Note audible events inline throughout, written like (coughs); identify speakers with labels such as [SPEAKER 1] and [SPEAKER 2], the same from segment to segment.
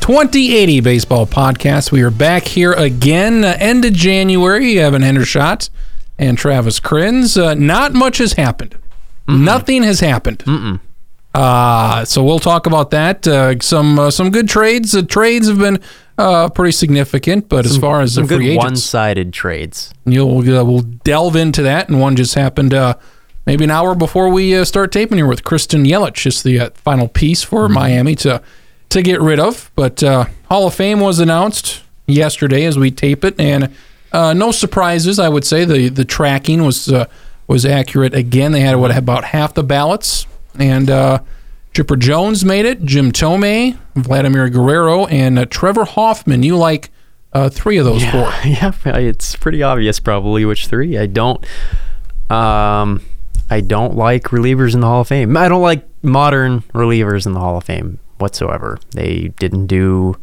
[SPEAKER 1] 2080 Baseball Podcast. We are back here again, uh, end of January. Evan Hendershot and Travis Crins. Uh, not much has happened. Nothing has happened. Uh, so we'll talk about that. Uh, some uh, some good trades. The trades have been uh, pretty significant, but as far as the
[SPEAKER 2] Some
[SPEAKER 1] free
[SPEAKER 2] good
[SPEAKER 1] agents,
[SPEAKER 2] one-sided trades.
[SPEAKER 1] You'll uh, we'll delve into that, and one just happened uh, maybe an hour before we uh, start taping here with Kristen Yelich, just the uh, final piece for Miami to to get rid of. But uh, Hall of Fame was announced yesterday as we tape it, and uh, no surprises. I would say the the tracking was uh, was accurate again. They had what about half the ballots, and uh, Chipper Jones made it. Jim Tomei, Vladimir Guerrero, and uh, Trevor Hoffman. You like uh, three of those four?
[SPEAKER 2] Yeah, (laughs) it's pretty obvious probably which three. I don't um I don't like relievers in the Hall of Fame. I don't like modern relievers in the Hall of Fame whatsoever. They didn't do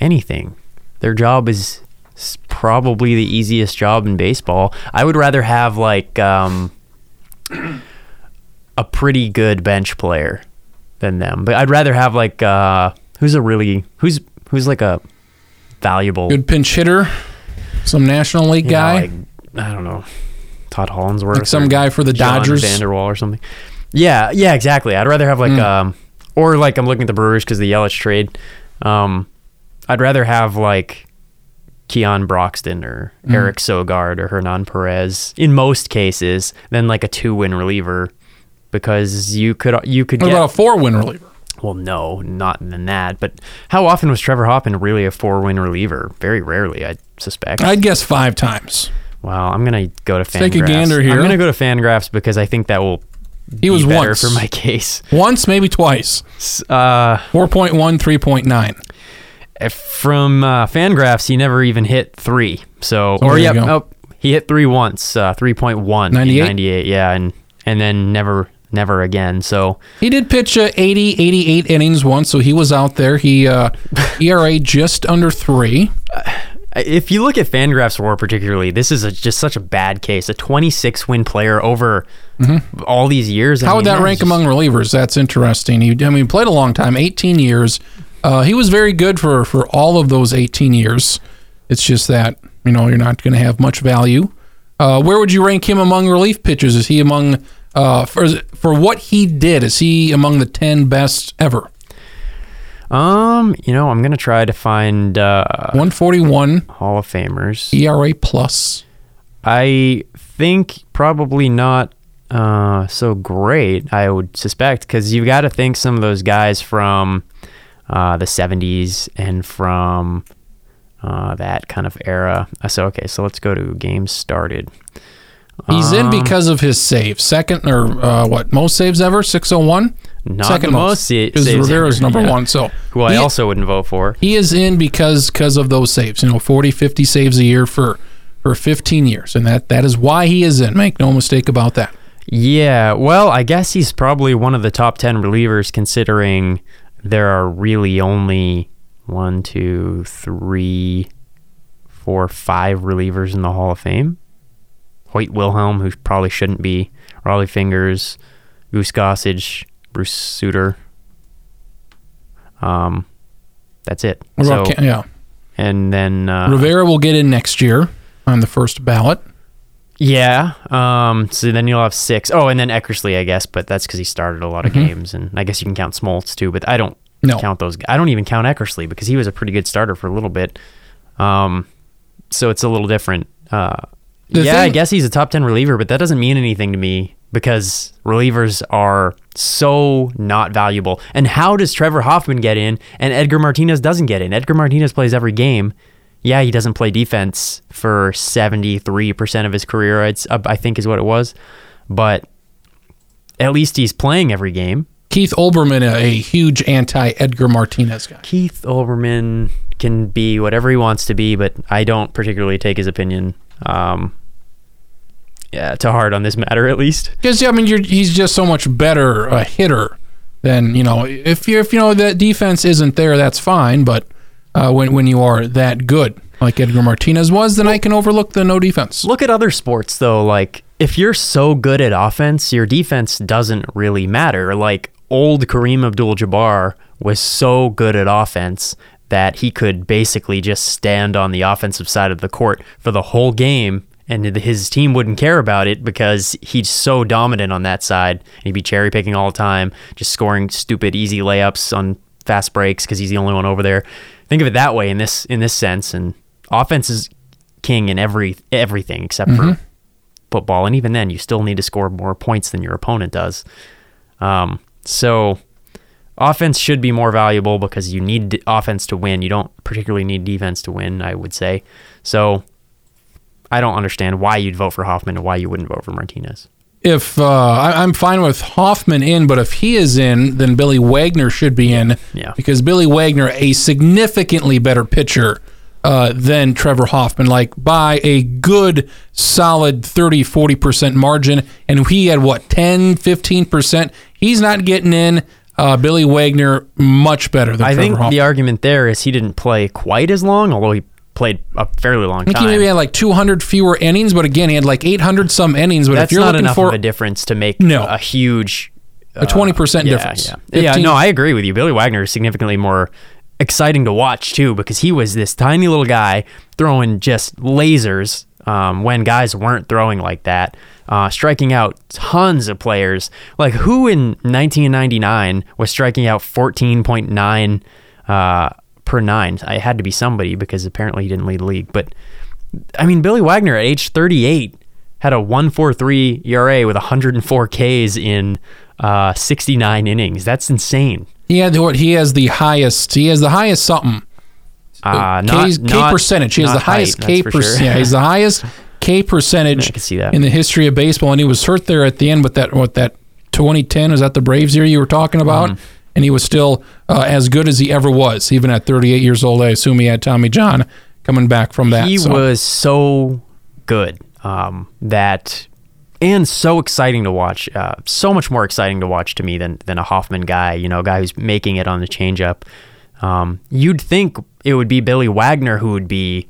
[SPEAKER 2] anything. Their job is s- probably the easiest job in baseball. I would rather have like um (clears throat) a pretty good bench player than them. But I'd rather have like uh who's a really who's who's like a valuable
[SPEAKER 1] good pinch hitter, some National League
[SPEAKER 2] you know,
[SPEAKER 1] guy,
[SPEAKER 2] like, I don't know, Todd Hollinsworth,
[SPEAKER 1] Like some
[SPEAKER 2] or
[SPEAKER 1] guy for the
[SPEAKER 2] John
[SPEAKER 1] Dodgers. Hmm.
[SPEAKER 2] Vanderwall or something. Yeah, yeah, exactly. I'd rather have like um, or like I'm looking at the Brewers because the Yelich trade. Um, I'd rather have like Keon Broxton or
[SPEAKER 1] Hmm.
[SPEAKER 2] Eric Sogard or Hernan Perez in most cases than like a two-win reliever because you could you could
[SPEAKER 1] what
[SPEAKER 2] get
[SPEAKER 1] about a four-win reliever?
[SPEAKER 2] well, no, not than that. But how often was Trevor Hoffman really a four-win reliever? Very rarely, I suspect.
[SPEAKER 1] I'd guess five times.
[SPEAKER 2] Wow, I'm gonna go to Fangraphs.
[SPEAKER 1] take a gander here.
[SPEAKER 2] I'm gonna go to Fangraphs because I think that will
[SPEAKER 1] He was
[SPEAKER 2] be better
[SPEAKER 1] once,
[SPEAKER 2] for my (laughs) case.
[SPEAKER 1] once maybe twice.
[SPEAKER 2] S- Uh,
[SPEAKER 1] 4.1, 3.9.
[SPEAKER 2] if- from uh, Fangraphs, he never even hit three. So,
[SPEAKER 1] Oh, there
[SPEAKER 2] or
[SPEAKER 1] you
[SPEAKER 2] yep,
[SPEAKER 1] go.
[SPEAKER 2] nope, he hit three once, uh, three point one,
[SPEAKER 1] 98?
[SPEAKER 2] yeah, and and then never, never again. So
[SPEAKER 1] He did pitch uh, 80, 88 innings once, so he was out there. He uh, (laughs) ERA just under three.
[SPEAKER 2] If you look at Fangraphs WAR particularly, this is a, just such a bad case. A 26 win player over all these years.
[SPEAKER 1] Mm-hmm. How would that rank among relievers? That's interesting. He, I mean, played a long time, 18 years. Uh, he was very good for, for all of those 18 years. It's just that, you know, you're not going to have much value. Uh, where would you rank him among relief pitchers? Is he among, uh, for, for what he did, is he among the 10 best ever?
[SPEAKER 2] Um, you know, I'm gonna try to find uh,
[SPEAKER 1] 141
[SPEAKER 2] Hall of Famers.
[SPEAKER 1] ERA E plus.
[SPEAKER 2] I think probably not uh, so great. I would suspect because you've got to think some of those guys from uh, the 70s and from uh, that kind of era. Uh, So okay, so let's go to games started.
[SPEAKER 1] He's in
[SPEAKER 2] Uh.
[SPEAKER 1] because of his save. Second, or uh, what, most saves ever? 601?
[SPEAKER 2] Not the most sa-
[SPEAKER 1] Because
[SPEAKER 2] saves
[SPEAKER 1] Rivera's
[SPEAKER 2] ever,
[SPEAKER 1] number
[SPEAKER 2] yeah.
[SPEAKER 1] one. So
[SPEAKER 2] who I
[SPEAKER 1] he-
[SPEAKER 2] also wouldn't vote for.
[SPEAKER 1] he is in because because of those saves you know 40 50 saves a year for for 15 years and that that is why he is in make no mistake about that
[SPEAKER 2] Yeah, well, I guess he's probably one of the top 10 relievers considering there are really only one, two, three, four, five relievers in the Hall of Fame. Hoyt Wilhelm, who probably shouldn't be, Raleigh Fingers, Goose Gossage, Bruce Suter. Um, that's it.
[SPEAKER 1] what about
[SPEAKER 2] So-
[SPEAKER 1] Ca- yeah
[SPEAKER 2] and then uh,
[SPEAKER 1] rivera will get in next year on the first ballot
[SPEAKER 2] Yeah. Um. So then you'll have six. Oh, and then Eckersley, I guess, but that's because he started a lot of games, and I guess you can count Smoltz too. But I don't
[SPEAKER 1] No.
[SPEAKER 2] count those. g- I don't even count Eckersley because he was a pretty good starter for a little bit. Um. So it's a little different. Uh.
[SPEAKER 1] The
[SPEAKER 2] yeah, I
[SPEAKER 1] thing-
[SPEAKER 2] guess he's a top ten reliever, but that doesn't mean anything to me because relievers are so not valuable. And how does Trevor Hoffman get in and Edgar Martinez doesn't get in? Edgar Martinez plays every game. Yeah, he doesn't play defense for 73% of his career, I'd, s- uh, I think is what it was. But at least he's playing every game.
[SPEAKER 1] keith olbermann a, a huge anti edgar martinez guy
[SPEAKER 2] Keith Olbermann can be whatever he wants to be, but I don't particularly take his opinion um, yeah, to heart on this matter, (laughs) at least.
[SPEAKER 1] because i mean you're, he's just so much better a hitter than you know if you if you know that defense isn't there that's fine but uh, when when you are that good like edgar martinez was then i can overlook the no defense
[SPEAKER 2] Look at other sports though. Like if you're so good at offense, your defense doesn't really matter. Like old Kareem Abdul-Jabbar was so good at offense that he could basically just stand on the offensive side of the court for the whole game and his team wouldn't care about it because he's so dominant on that side. He'd be cherry picking all the time, just scoring stupid easy layups on fast breaks because he's the only one over there. Think of it that way in this in this sense. And offense is king in every everything except for football. And even then, you still need to score more points than your opponent does. Um, so offense should be more valuable because you need d- offense to win. You don't particularly need defense to win, I would say. So I don't understand why you'd vote for Hoffman and why you wouldn't vote for Martinez.
[SPEAKER 1] If uh, I, I'm fine with Hoffman in, but if he is in, then Billy Wagner should be in.
[SPEAKER 2] Yeah.
[SPEAKER 1] Because Billy Wagner, a significantly better pitcher uh, than Trevor Hoffman, like by a good solid 30, 40% margin. And he had what, 10, 15%? He's not getting in. Uh, Billy Wagner, much better than
[SPEAKER 2] I
[SPEAKER 1] Trevor
[SPEAKER 2] think
[SPEAKER 1] Hoffman.
[SPEAKER 2] the argument there is he didn't play quite as long, although he played a fairly long
[SPEAKER 1] I think
[SPEAKER 2] time.
[SPEAKER 1] he maybe had like 200 fewer innings, but again, he had like 800 some innings. But
[SPEAKER 2] That's
[SPEAKER 1] if you're
[SPEAKER 2] not
[SPEAKER 1] looking
[SPEAKER 2] enough
[SPEAKER 1] for
[SPEAKER 2] of a difference to make
[SPEAKER 1] No.
[SPEAKER 2] a huge
[SPEAKER 1] a 20%
[SPEAKER 2] uh, yeah,
[SPEAKER 1] difference,
[SPEAKER 2] Yeah. yeah,
[SPEAKER 1] 15
[SPEAKER 2] no, I agree with you. Billy Wagner is significantly more exciting to watch too because he was this tiny little guy throwing just lasers um, when guys weren't throwing like that, uh, striking out tons of players. Like who in 1999 was striking out 14.9 uh, per nine? I had to be somebody because apparently he didn't lead the league. But I mean, Billy Wagner at age 38 had a 1.43 ERA E with 104 Ks in uh, 69 innings. That's insane.
[SPEAKER 1] He had what he has the highest. He has the highest something.
[SPEAKER 2] Uh,
[SPEAKER 1] K,
[SPEAKER 2] not,
[SPEAKER 1] K
[SPEAKER 2] not-
[SPEAKER 1] percentage. He has
[SPEAKER 2] not
[SPEAKER 1] the highest
[SPEAKER 2] height,
[SPEAKER 1] K
[SPEAKER 2] that's for sure.
[SPEAKER 1] percentage. Yeah, he's the highest K percentage
[SPEAKER 2] (laughs) I can see that.
[SPEAKER 1] in the history of baseball. And he was hurt there at the end with that what that 2010 was that the Braves year you were talking about.
[SPEAKER 2] Mm-hmm.
[SPEAKER 1] And he was still uh, as good as he ever was, even at 38 years old. I assume he had Tommy John coming back from that.
[SPEAKER 2] He
[SPEAKER 1] so.
[SPEAKER 2] was so good um, that, and so exciting to watch. Uh, so much more exciting to watch to me than than a Hoffman guy. You know, a guy who's making it on the changeup. Um, you'd think it would be Billy Wagner who would be.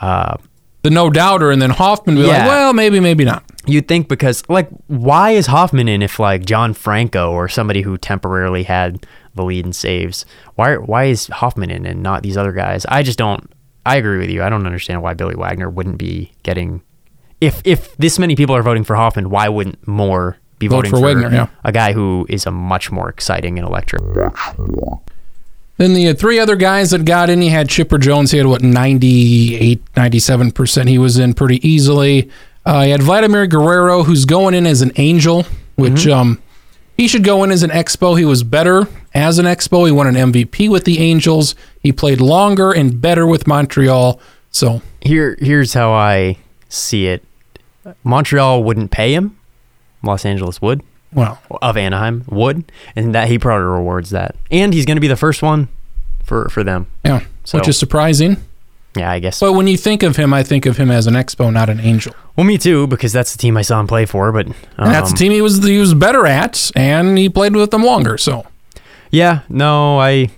[SPEAKER 2] Uh,
[SPEAKER 1] the no doubter, and then Hoffman would be like,
[SPEAKER 2] Yeah.
[SPEAKER 1] well, maybe, maybe not.
[SPEAKER 2] You'd think because like why is Hoffman in if like John Franco or somebody who temporarily had the lead in saves? Why why is Hoffman in and not these other guys? I just don't I agree with you. I don't understand why Billy Wagner wouldn't be getting if if this many people are voting for Hoffman, why wouldn't more be
[SPEAKER 1] Vote
[SPEAKER 2] voting
[SPEAKER 1] for
[SPEAKER 2] for,
[SPEAKER 1] Wagner, yeah.
[SPEAKER 2] a guy who is a much more exciting and electric?
[SPEAKER 1] Then the uh, three other guys that got in, he had Chipper Jones. He had what 98, 97 percent. He was in pretty easily. Uh, he had Vladimir Guerrero, who's going in as an angel, which
[SPEAKER 2] Mm-hmm.
[SPEAKER 1] um, he should go in as an Expo. He was better as an Expo. He won an MVP with the Angels. He played longer and better with Montreal. So
[SPEAKER 2] Here here's how I see it. Montreal wouldn't pay him. Los Angeles would.
[SPEAKER 1] well,
[SPEAKER 2] of Anaheim would, and that he probably rewards that. And he's going to be the first one for for them.
[SPEAKER 1] yeah,
[SPEAKER 2] So-
[SPEAKER 1] which is surprising.
[SPEAKER 2] Yeah, I guess.
[SPEAKER 1] But when you think of him, I think of him as an Expo, not an Angel.
[SPEAKER 2] well, me too, because that's the team I saw him play for. But um,
[SPEAKER 1] And that's the team he was he was better at, and he played with them longer. So
[SPEAKER 2] yeah, no, I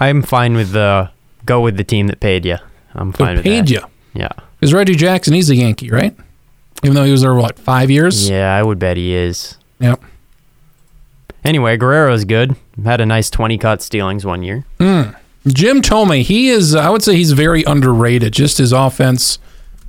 [SPEAKER 2] I'm fine with the go with the team that paid you. I'm
[SPEAKER 1] who
[SPEAKER 2] fine with
[SPEAKER 1] paid
[SPEAKER 2] that.
[SPEAKER 1] you?
[SPEAKER 2] Yeah,
[SPEAKER 1] Because Reggie Jackson, he's a Yankee, right? Even though he was there, what, five years?
[SPEAKER 2] yeah, I would bet he is.
[SPEAKER 1] Yep.
[SPEAKER 2] Anyway, Guerrero's good. Had a nice twenty caught stealings one year.
[SPEAKER 1] Hmm. Jim Tomey, he is, I would say he's very underrated, just his offense.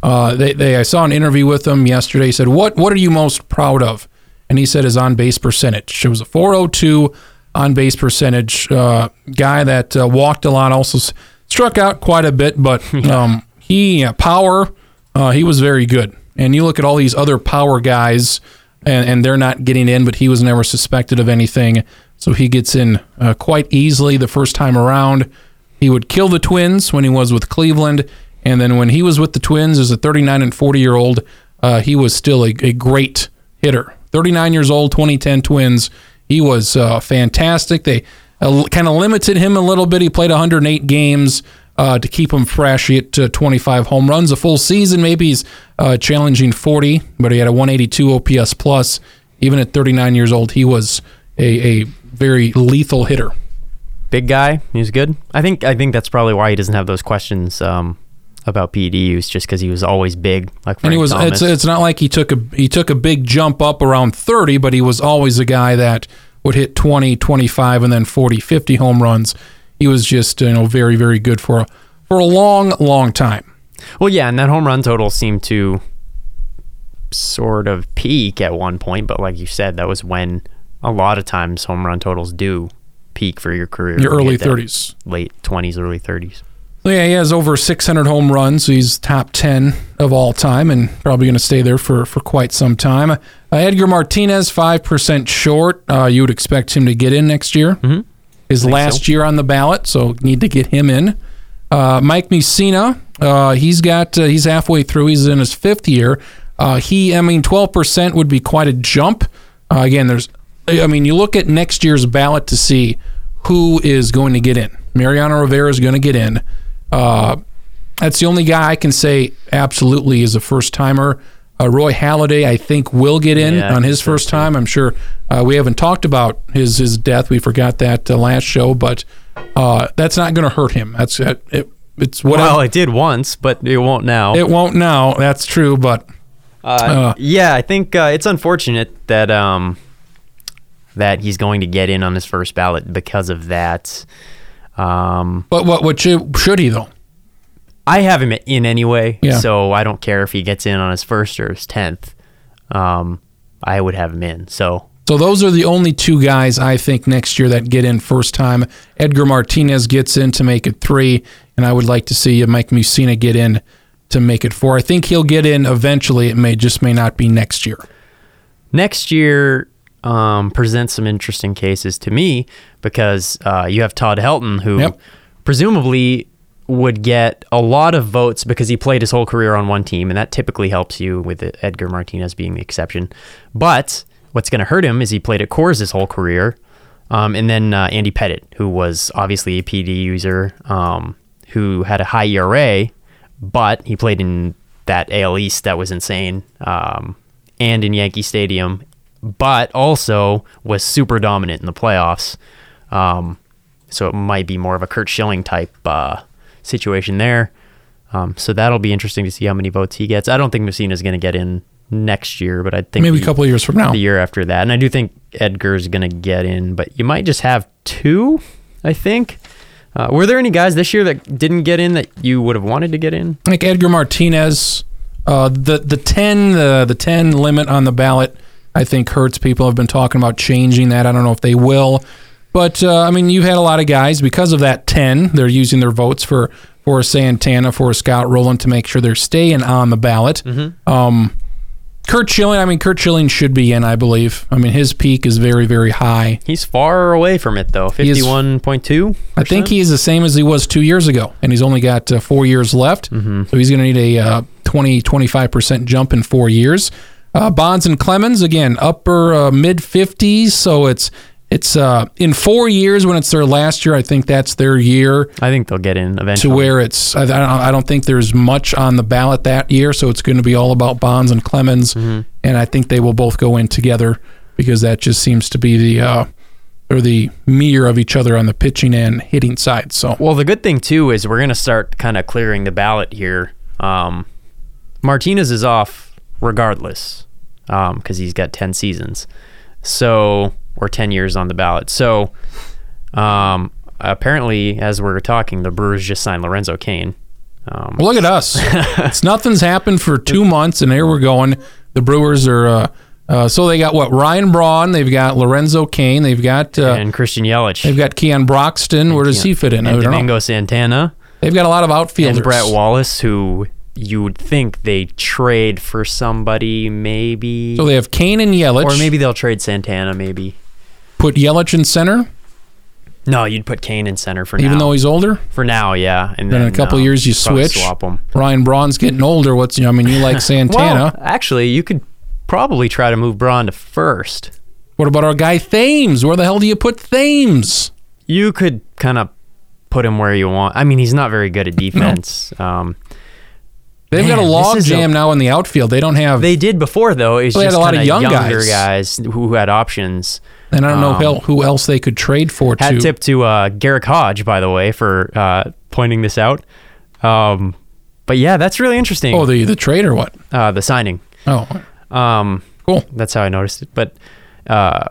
[SPEAKER 1] Uh, they, they, I saw an interview with him yesterday. He said, what, what are you most proud of? And he said his on base percentage. It was a 402 on base percentage. Uh, guy that uh, walked a lot, also s- struck out quite a bit, but um, he, uh, power, uh, he was very good. And you look at all these other power guys, and, and they're not getting in, but he was never suspected of anything. So he gets in uh, quite easily the first time around. He would kill the Twins when he was with Cleveland. And then when he was with the Twins as a 39 and 40 year old, uh, he was still a, a great hitter. 39 years old, 2010 Twins. He was uh, fantastic. They uh, kind of limited him a little bit. He played 108 games uh, to keep him fresh. He hit uh, 25 home runs a full season. Maybe he's uh, challenging 40, but he had a 182 OPS plus. Even at 39 years old, he was a, a very lethal hitter.
[SPEAKER 2] Big guy, he was good. I think I think that's probably why he doesn't have those questions um, about PED use, just because he was always big. Like Frank
[SPEAKER 1] and he was
[SPEAKER 2] Thomas.
[SPEAKER 1] it's, it's not like he took a he took a big jump up around 30 but he was always a guy that would hit 20 25 and then 40 50 home runs he was just you know very very good for a for a long long time.
[SPEAKER 2] Well, yeah, and that home run total seemed to sort of peak at one point, but like you said, that was when a lot of times home run totals do peak for your career.
[SPEAKER 1] Your
[SPEAKER 2] You
[SPEAKER 1] early
[SPEAKER 2] hit that
[SPEAKER 1] 30s.
[SPEAKER 2] late 20s, early 30s.
[SPEAKER 1] So yeah, he has over 600 home runs. He's top 10 of all time and probably going to stay there for, for quite some time. Uh, Edgar Martinez, 5% short. Uh, you would expect him to get in next year. Mm-hmm. His last year on the ballot, so need to get him in. Uh, Mike Mussina, uh, he's got uh, he's halfway through. He's in his fifth year. Uh, he, I mean, 12% would be quite a jump. Uh, again, there's, I mean, you look at next year's ballot to see who is going to get in. Mariano Rivera is going to get in. Uh, that's the only guy I can say absolutely is a first timer. Uh, Roy Halladay, I think, will get in
[SPEAKER 2] Yeah, I
[SPEAKER 1] on
[SPEAKER 2] think
[SPEAKER 1] his
[SPEAKER 2] so,
[SPEAKER 1] first time. I'm sure uh, we haven't talked about his his death. We forgot that uh, last show, but uh, that's not going to hurt him. That's uh, it. It's what
[SPEAKER 2] Well, it did once, but it won't now.
[SPEAKER 1] it won't now. That's true, but
[SPEAKER 2] Uh, yeah, I think uh, it's unfortunate that um, that he's going to get in on his first ballot because of that. Um,
[SPEAKER 1] but what what should, should he though?
[SPEAKER 2] I have him in anyway,
[SPEAKER 1] Yeah.
[SPEAKER 2] so I don't care if he gets in on his first or his tenth. Um, I would have him in. So
[SPEAKER 1] So those are the only two guys I think next year that get in first time. Edgar Martinez gets in to make it three, and I would like to see Mike Mussina get in to make it four. I think he'll get in eventually. It may just may not be next year.
[SPEAKER 2] next year um, presents some interesting cases to me because uh, you have Todd Helton, who
[SPEAKER 1] Yep.
[SPEAKER 2] presumably would get a lot of votes because he played his whole career on one team, and that typically helps you with E-, Edgar Martinez being the exception. But what's going to hurt him is he played at Coors his whole career, um, and then uh, Andy Pettit, who was obviously a PD user, um, who had a high ERA, but he played in that AL East that was insane, um, and in Yankee Stadium, but also was super dominant in the playoffs. Um, so it might be more of a Kurt Schilling type uh, situation there. Um, so that'll be interesting to see how many votes he gets. I don't think Messina's going to get in next year, but I think
[SPEAKER 1] Maybe a
[SPEAKER 2] the-
[SPEAKER 1] couple of years from now.
[SPEAKER 2] the year after that. And I do think Edgar's going to get in, but you might just have two, I think. Uh, were there any guys this year that didn't get in that you would have wanted to get in?
[SPEAKER 1] like Edgar Martinez, uh, the the ten the the ten limit on the ballot, I think hurts people. Have been talking about changing that. I don't know if they will, but uh, I mean, you've had a lot of guys because of that ten. They're using their votes for for a Santana, for a Scott Rowland to make sure they're staying on the ballot. Um, Kurt Schilling, I mean, Kurt Schilling should be in, I believe. I mean, his peak is very very high.
[SPEAKER 2] He's far away from it though.
[SPEAKER 1] is-
[SPEAKER 2] Fifty-one point two.
[SPEAKER 1] I think he is the same as he was two years ago, and he's only got uh, four years left. So he's going to need a uh, 20, 25% jump in four years. Uh, Bonds and Clemens, again, upper uh, mid 50s. So it's it's uh, in four years when it's their last year. I think that's their year
[SPEAKER 2] I think they'll get in
[SPEAKER 1] to
[SPEAKER 2] eventually.
[SPEAKER 1] where it's, I, I don't, I don't think there's much on the ballot that year. So it's going to be all about Bonds and Clemens. And I think they will both go in together because that just seems to be the. Uh, or the mirror of each other on the pitching and hitting side. So
[SPEAKER 2] Well, the good thing too is we're going to start kind of clearing the ballot here. Um, Martinez is off regardless because he's got 10 seasons. So, or 10 years on the ballot. So, um, apparently, as we're talking, the Brewers just signed Lorenzo Kane. Um,
[SPEAKER 1] Well, Look at
[SPEAKER 2] (laughs)
[SPEAKER 1] us. it's nothing's happened for two months, and here we're going. The Brewers are. Uh, uh, so they got what Ryan Braun, they've got Lorenzo Kane, they've got uh,
[SPEAKER 2] and Christian Yelich.
[SPEAKER 1] they've got Keon Broxton. Where does he fit in? I
[SPEAKER 2] and
[SPEAKER 1] don't know.
[SPEAKER 2] Domingo Santana.
[SPEAKER 1] They've got a lot of outfielders.
[SPEAKER 2] and Brett Wallace, who you would think they trade for somebody, maybe.
[SPEAKER 1] so they have Kane and Yelich.
[SPEAKER 2] or maybe they'll trade Santana, maybe.
[SPEAKER 1] put Yelich in center,
[SPEAKER 2] No, you'd put Kane in center for
[SPEAKER 1] even
[SPEAKER 2] now.
[SPEAKER 1] though he's older.
[SPEAKER 2] for now, yeah. And
[SPEAKER 1] Then in a couple years you
[SPEAKER 2] probably
[SPEAKER 1] switch.
[SPEAKER 2] swap them.
[SPEAKER 1] Ryan Braun's getting older. What's you know, I mean, you
[SPEAKER 2] (laughs)
[SPEAKER 1] like Santana.
[SPEAKER 2] Well, actually, you could probably try to move Braun to first.
[SPEAKER 1] What about our guy Thames? Where the hell do you put Thames?
[SPEAKER 2] You could kind of put him where you want. I mean, he's not very good at defense. Um,
[SPEAKER 1] They've got a
[SPEAKER 2] Man, this
[SPEAKER 1] log
[SPEAKER 2] is a-
[SPEAKER 1] jam now in the outfield. They don't have,
[SPEAKER 2] they did before though. It's
[SPEAKER 1] Well, they had
[SPEAKER 2] just
[SPEAKER 1] a lot of
[SPEAKER 2] kinda
[SPEAKER 1] young
[SPEAKER 2] younger
[SPEAKER 1] guys.
[SPEAKER 2] guys. who had options.
[SPEAKER 1] and I don't know hell- who else they could trade for.
[SPEAKER 2] Um, Hat
[SPEAKER 1] to
[SPEAKER 2] tip to uh, Garrick Hodge, by the way, for uh, pointing this out. Um, but yeah, that's really interesting.
[SPEAKER 1] oh the the trade or what?
[SPEAKER 2] uh, the signing.
[SPEAKER 1] Oh,
[SPEAKER 2] Um,
[SPEAKER 1] Cool.
[SPEAKER 2] That's how I noticed it. But uh,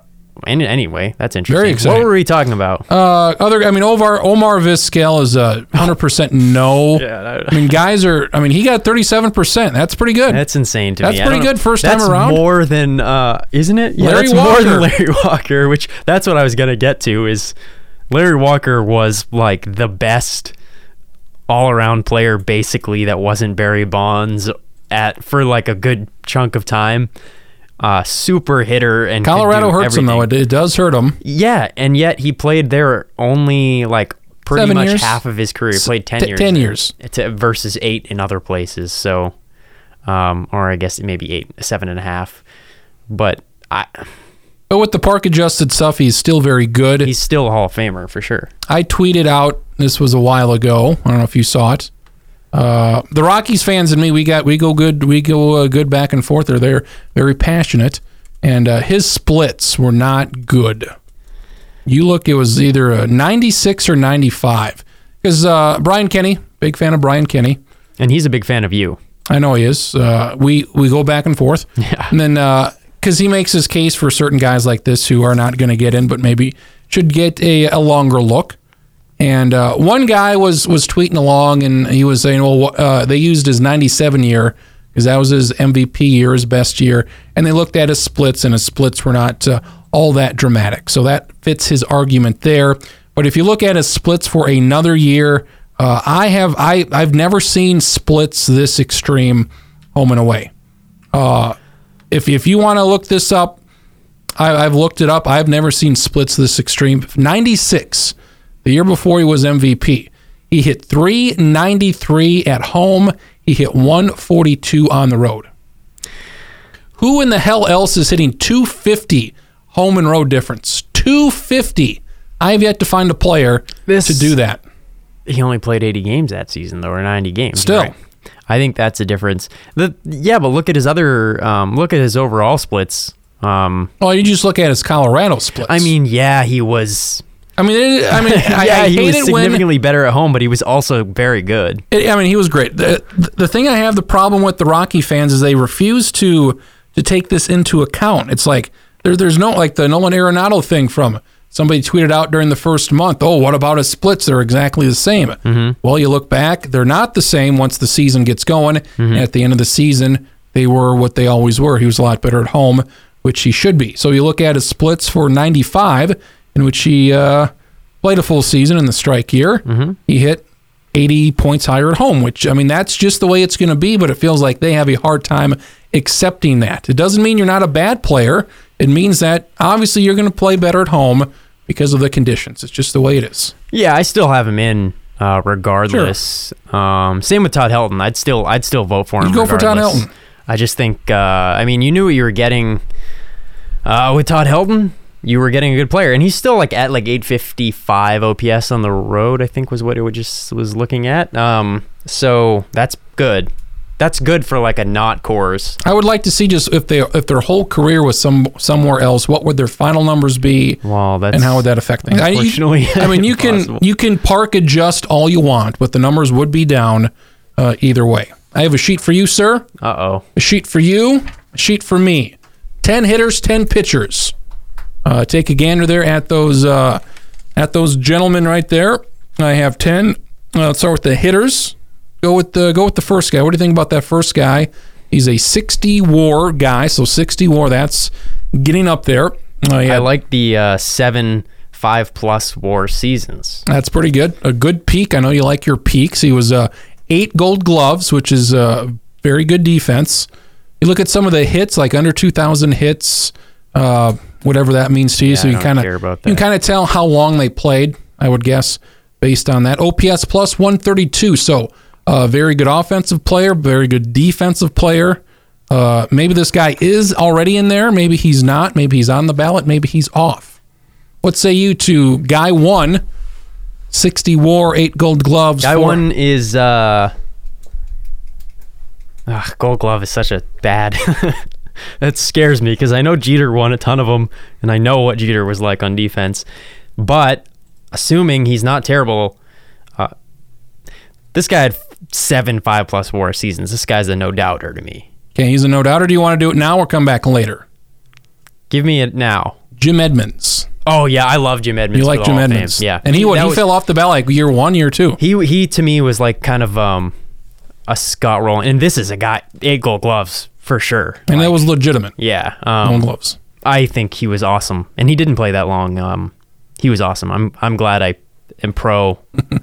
[SPEAKER 2] Any, anyway, that's interesting.
[SPEAKER 1] Very exciting.
[SPEAKER 2] What were we talking about?
[SPEAKER 1] Uh, other, I mean, Omar Omar Vizquel is a hundred percent no.
[SPEAKER 2] (laughs) Yeah,
[SPEAKER 1] I mean, guys are. I mean, he got thirty-seven percent. That's pretty good.
[SPEAKER 2] That's insane to
[SPEAKER 1] That's
[SPEAKER 2] me. I don't
[SPEAKER 1] pretty
[SPEAKER 2] know-
[SPEAKER 1] good first
[SPEAKER 2] that's
[SPEAKER 1] time around.
[SPEAKER 2] More than uh, isn't it? Yeah,
[SPEAKER 1] Larry
[SPEAKER 2] that's more than
[SPEAKER 1] Walker.
[SPEAKER 2] Larry (laughs) Walker. Which that's what I was gonna get to is Larry Walker was like the best all around player basically that wasn't Barry Bonds at for like a good chunk of time. Uh, super hitter and could
[SPEAKER 1] Colorado
[SPEAKER 2] do
[SPEAKER 1] hurts him though.
[SPEAKER 2] everything.
[SPEAKER 1] It, it does hurt him.
[SPEAKER 2] Yeah, and yet he played there only like pretty
[SPEAKER 1] Seven
[SPEAKER 2] much
[SPEAKER 1] years?
[SPEAKER 2] half of his career. He played ten
[SPEAKER 1] t-
[SPEAKER 2] years.
[SPEAKER 1] 10 years.
[SPEAKER 2] To, versus eight in other places. So, um, or I guess maybe eight, seven and a half. But I,
[SPEAKER 1] But with the park adjusted stuff, he's still very good.
[SPEAKER 2] he's still a Hall of Famer for sure.
[SPEAKER 1] I tweeted out this was a while ago. I don't know if you saw it. Uh, the Rockies fans and me, we got we go good we go uh, good back and forth. Or they're very passionate, and uh, his splits were not good. You look, it was either a 96 or 95. Because uh, Brian Kenny, big fan of Brian Kenny,
[SPEAKER 2] And he's a big fan of you.
[SPEAKER 1] I know he is. Uh, we we go back and forth, and then because he makes his case for certain guys like this who are not going to get in, but maybe should get a, a longer look. And uh, one guy was was tweeting along, and he was saying, "Well, wh- uh, they used his '97 year because that was his MVP year, his best year, and they looked at his splits, and his splits were not uh, all that dramatic. So that fits his argument there. But if you look at his splits for another year, uh, I have I I've never seen splits this extreme, home and away. Uh, if if you want to look this up, I, I've looked it up. I've never seen splits this extreme. 96, the year before he was MVP. He hit 393 at home. He hit 142 on the road. Who in the hell else is hitting 250 home and road difference? 250. I have yet to find a player
[SPEAKER 2] This-
[SPEAKER 1] to do that.
[SPEAKER 2] He only played 80 games that season though, or 90 games.
[SPEAKER 1] Still.
[SPEAKER 2] I think that's a difference. The yeah, but look at his other, um, look at his overall splits. Um,
[SPEAKER 1] Well, you just look at his Colorado splits.
[SPEAKER 2] I mean, yeah, he was
[SPEAKER 1] I mean, it, I
[SPEAKER 2] (laughs)
[SPEAKER 1] mean, I,
[SPEAKER 2] yeah,
[SPEAKER 1] I
[SPEAKER 2] he
[SPEAKER 1] hate
[SPEAKER 2] was
[SPEAKER 1] it when
[SPEAKER 2] significantly better at home, but he was also very good.
[SPEAKER 1] It, I mean, he was great. The, the the thing I have the problem with the Rocky fans is they refuse to to take this into account. It's like there, there's no like the Nolan Arenado thing from somebody tweeted out during the first month. Oh, what about his splits? They're exactly the same. Well, you look back, they're not the same once the season gets going. And at the end of the season, they were what they always were. He was a lot better at home, which he should be. So you look at his splits for '95, in which he uh, played a full season in the strike year.
[SPEAKER 2] Mm-hmm.
[SPEAKER 1] He hit 80 points higher at home, which, I mean, that's just the way it's going to be, but it feels like they have a hard time accepting that. It doesn't mean you're not a bad player. It means that obviously you're going to play better at home because of the conditions. It's just the way it is.
[SPEAKER 2] Yeah, I still have him in uh, regardless. Um, same with Todd Helton. I'd still I'd still vote for him.
[SPEAKER 1] You'd go for Todd
[SPEAKER 2] regardless.
[SPEAKER 1] Helton.
[SPEAKER 2] I just think uh, I mean you knew what you were getting uh, with Todd Helton. You were getting a good player, and he's still like at like 855 OPS on the road. I think was what it was just was looking at. Um, so that's good. That's good for like a not cores.
[SPEAKER 1] I would like to see just if they if their whole career was some somewhere else, what would their final numbers be?
[SPEAKER 2] Well, that's
[SPEAKER 1] and how would that affect things? I- you-
[SPEAKER 2] Unfortunately, (laughs)
[SPEAKER 1] I, mean, you can
[SPEAKER 2] impossible.
[SPEAKER 1] you can park adjust all you want, but the numbers would be down uh, either way. I have a sheet for you, sir.
[SPEAKER 2] Uh oh.
[SPEAKER 1] A sheet for you. A sheet for me. Ten hitters, ten pitchers. Uh, take a gander there at those uh, at those gentlemen right there. I have ten. Uh, let's start with the hitters. Go with the go with the first guy. What do you think about that first guy? He's a 60 WAR guy, so 60 WAR. That's getting up there. Uh,
[SPEAKER 2] I
[SPEAKER 1] yeah,
[SPEAKER 2] like the uh, seven five plus war seasons.
[SPEAKER 1] That's pretty good. A good peak. I know you like your peaks. He was uh, eight gold gloves, which is uh, very good defense. You look at some of the hits, like under 2,000 hits, uh, whatever that means to you. so
[SPEAKER 2] I
[SPEAKER 1] you
[SPEAKER 2] don't
[SPEAKER 1] kind of
[SPEAKER 2] care about
[SPEAKER 1] you
[SPEAKER 2] that.
[SPEAKER 1] kind of tell how long they played, I would guess, based on that. OPS plus 132. So uh, very good offensive player, very good defensive player. Uh, maybe this guy is already in there. Maybe he's not. Maybe he's on the ballot. Maybe he's off. What say you to guy one, 60 war, eight gold gloves?
[SPEAKER 2] Guy
[SPEAKER 1] four-
[SPEAKER 2] one is uh, ugh, Gold Glove is such a bad. (laughs) that scares me because I know Jeter won a ton of them, and I know what Jeter was like on defense. But assuming he's not terrible, uh, this guy had seven five plus war seasons. This guy's a no doubter to me.
[SPEAKER 1] Okay, he's a no doubter. Do you want to do it now or come back later?
[SPEAKER 2] Give me it now.
[SPEAKER 1] Jim Edmonds.
[SPEAKER 2] Oh yeah, I love Jim Edmonds.
[SPEAKER 1] You
[SPEAKER 2] for
[SPEAKER 1] like
[SPEAKER 2] the
[SPEAKER 1] Jim
[SPEAKER 2] Hall of Fame.
[SPEAKER 1] Edmonds,
[SPEAKER 2] Yeah,
[SPEAKER 1] And he what,
[SPEAKER 2] that
[SPEAKER 1] he
[SPEAKER 2] was-
[SPEAKER 1] fell off the bat like year one, year two.
[SPEAKER 2] He he to me was like kind of um a Scott Rowland, and this is a guy eight gold gloves for sure.
[SPEAKER 1] and that Mm. was legitimate.
[SPEAKER 2] Yeah,
[SPEAKER 1] Own
[SPEAKER 2] um,
[SPEAKER 1] gloves.
[SPEAKER 2] I think he was awesome, and he didn't play that long. Um, he was awesome. I'm I'm glad I
[SPEAKER 1] (laughs)
[SPEAKER 2] am pro.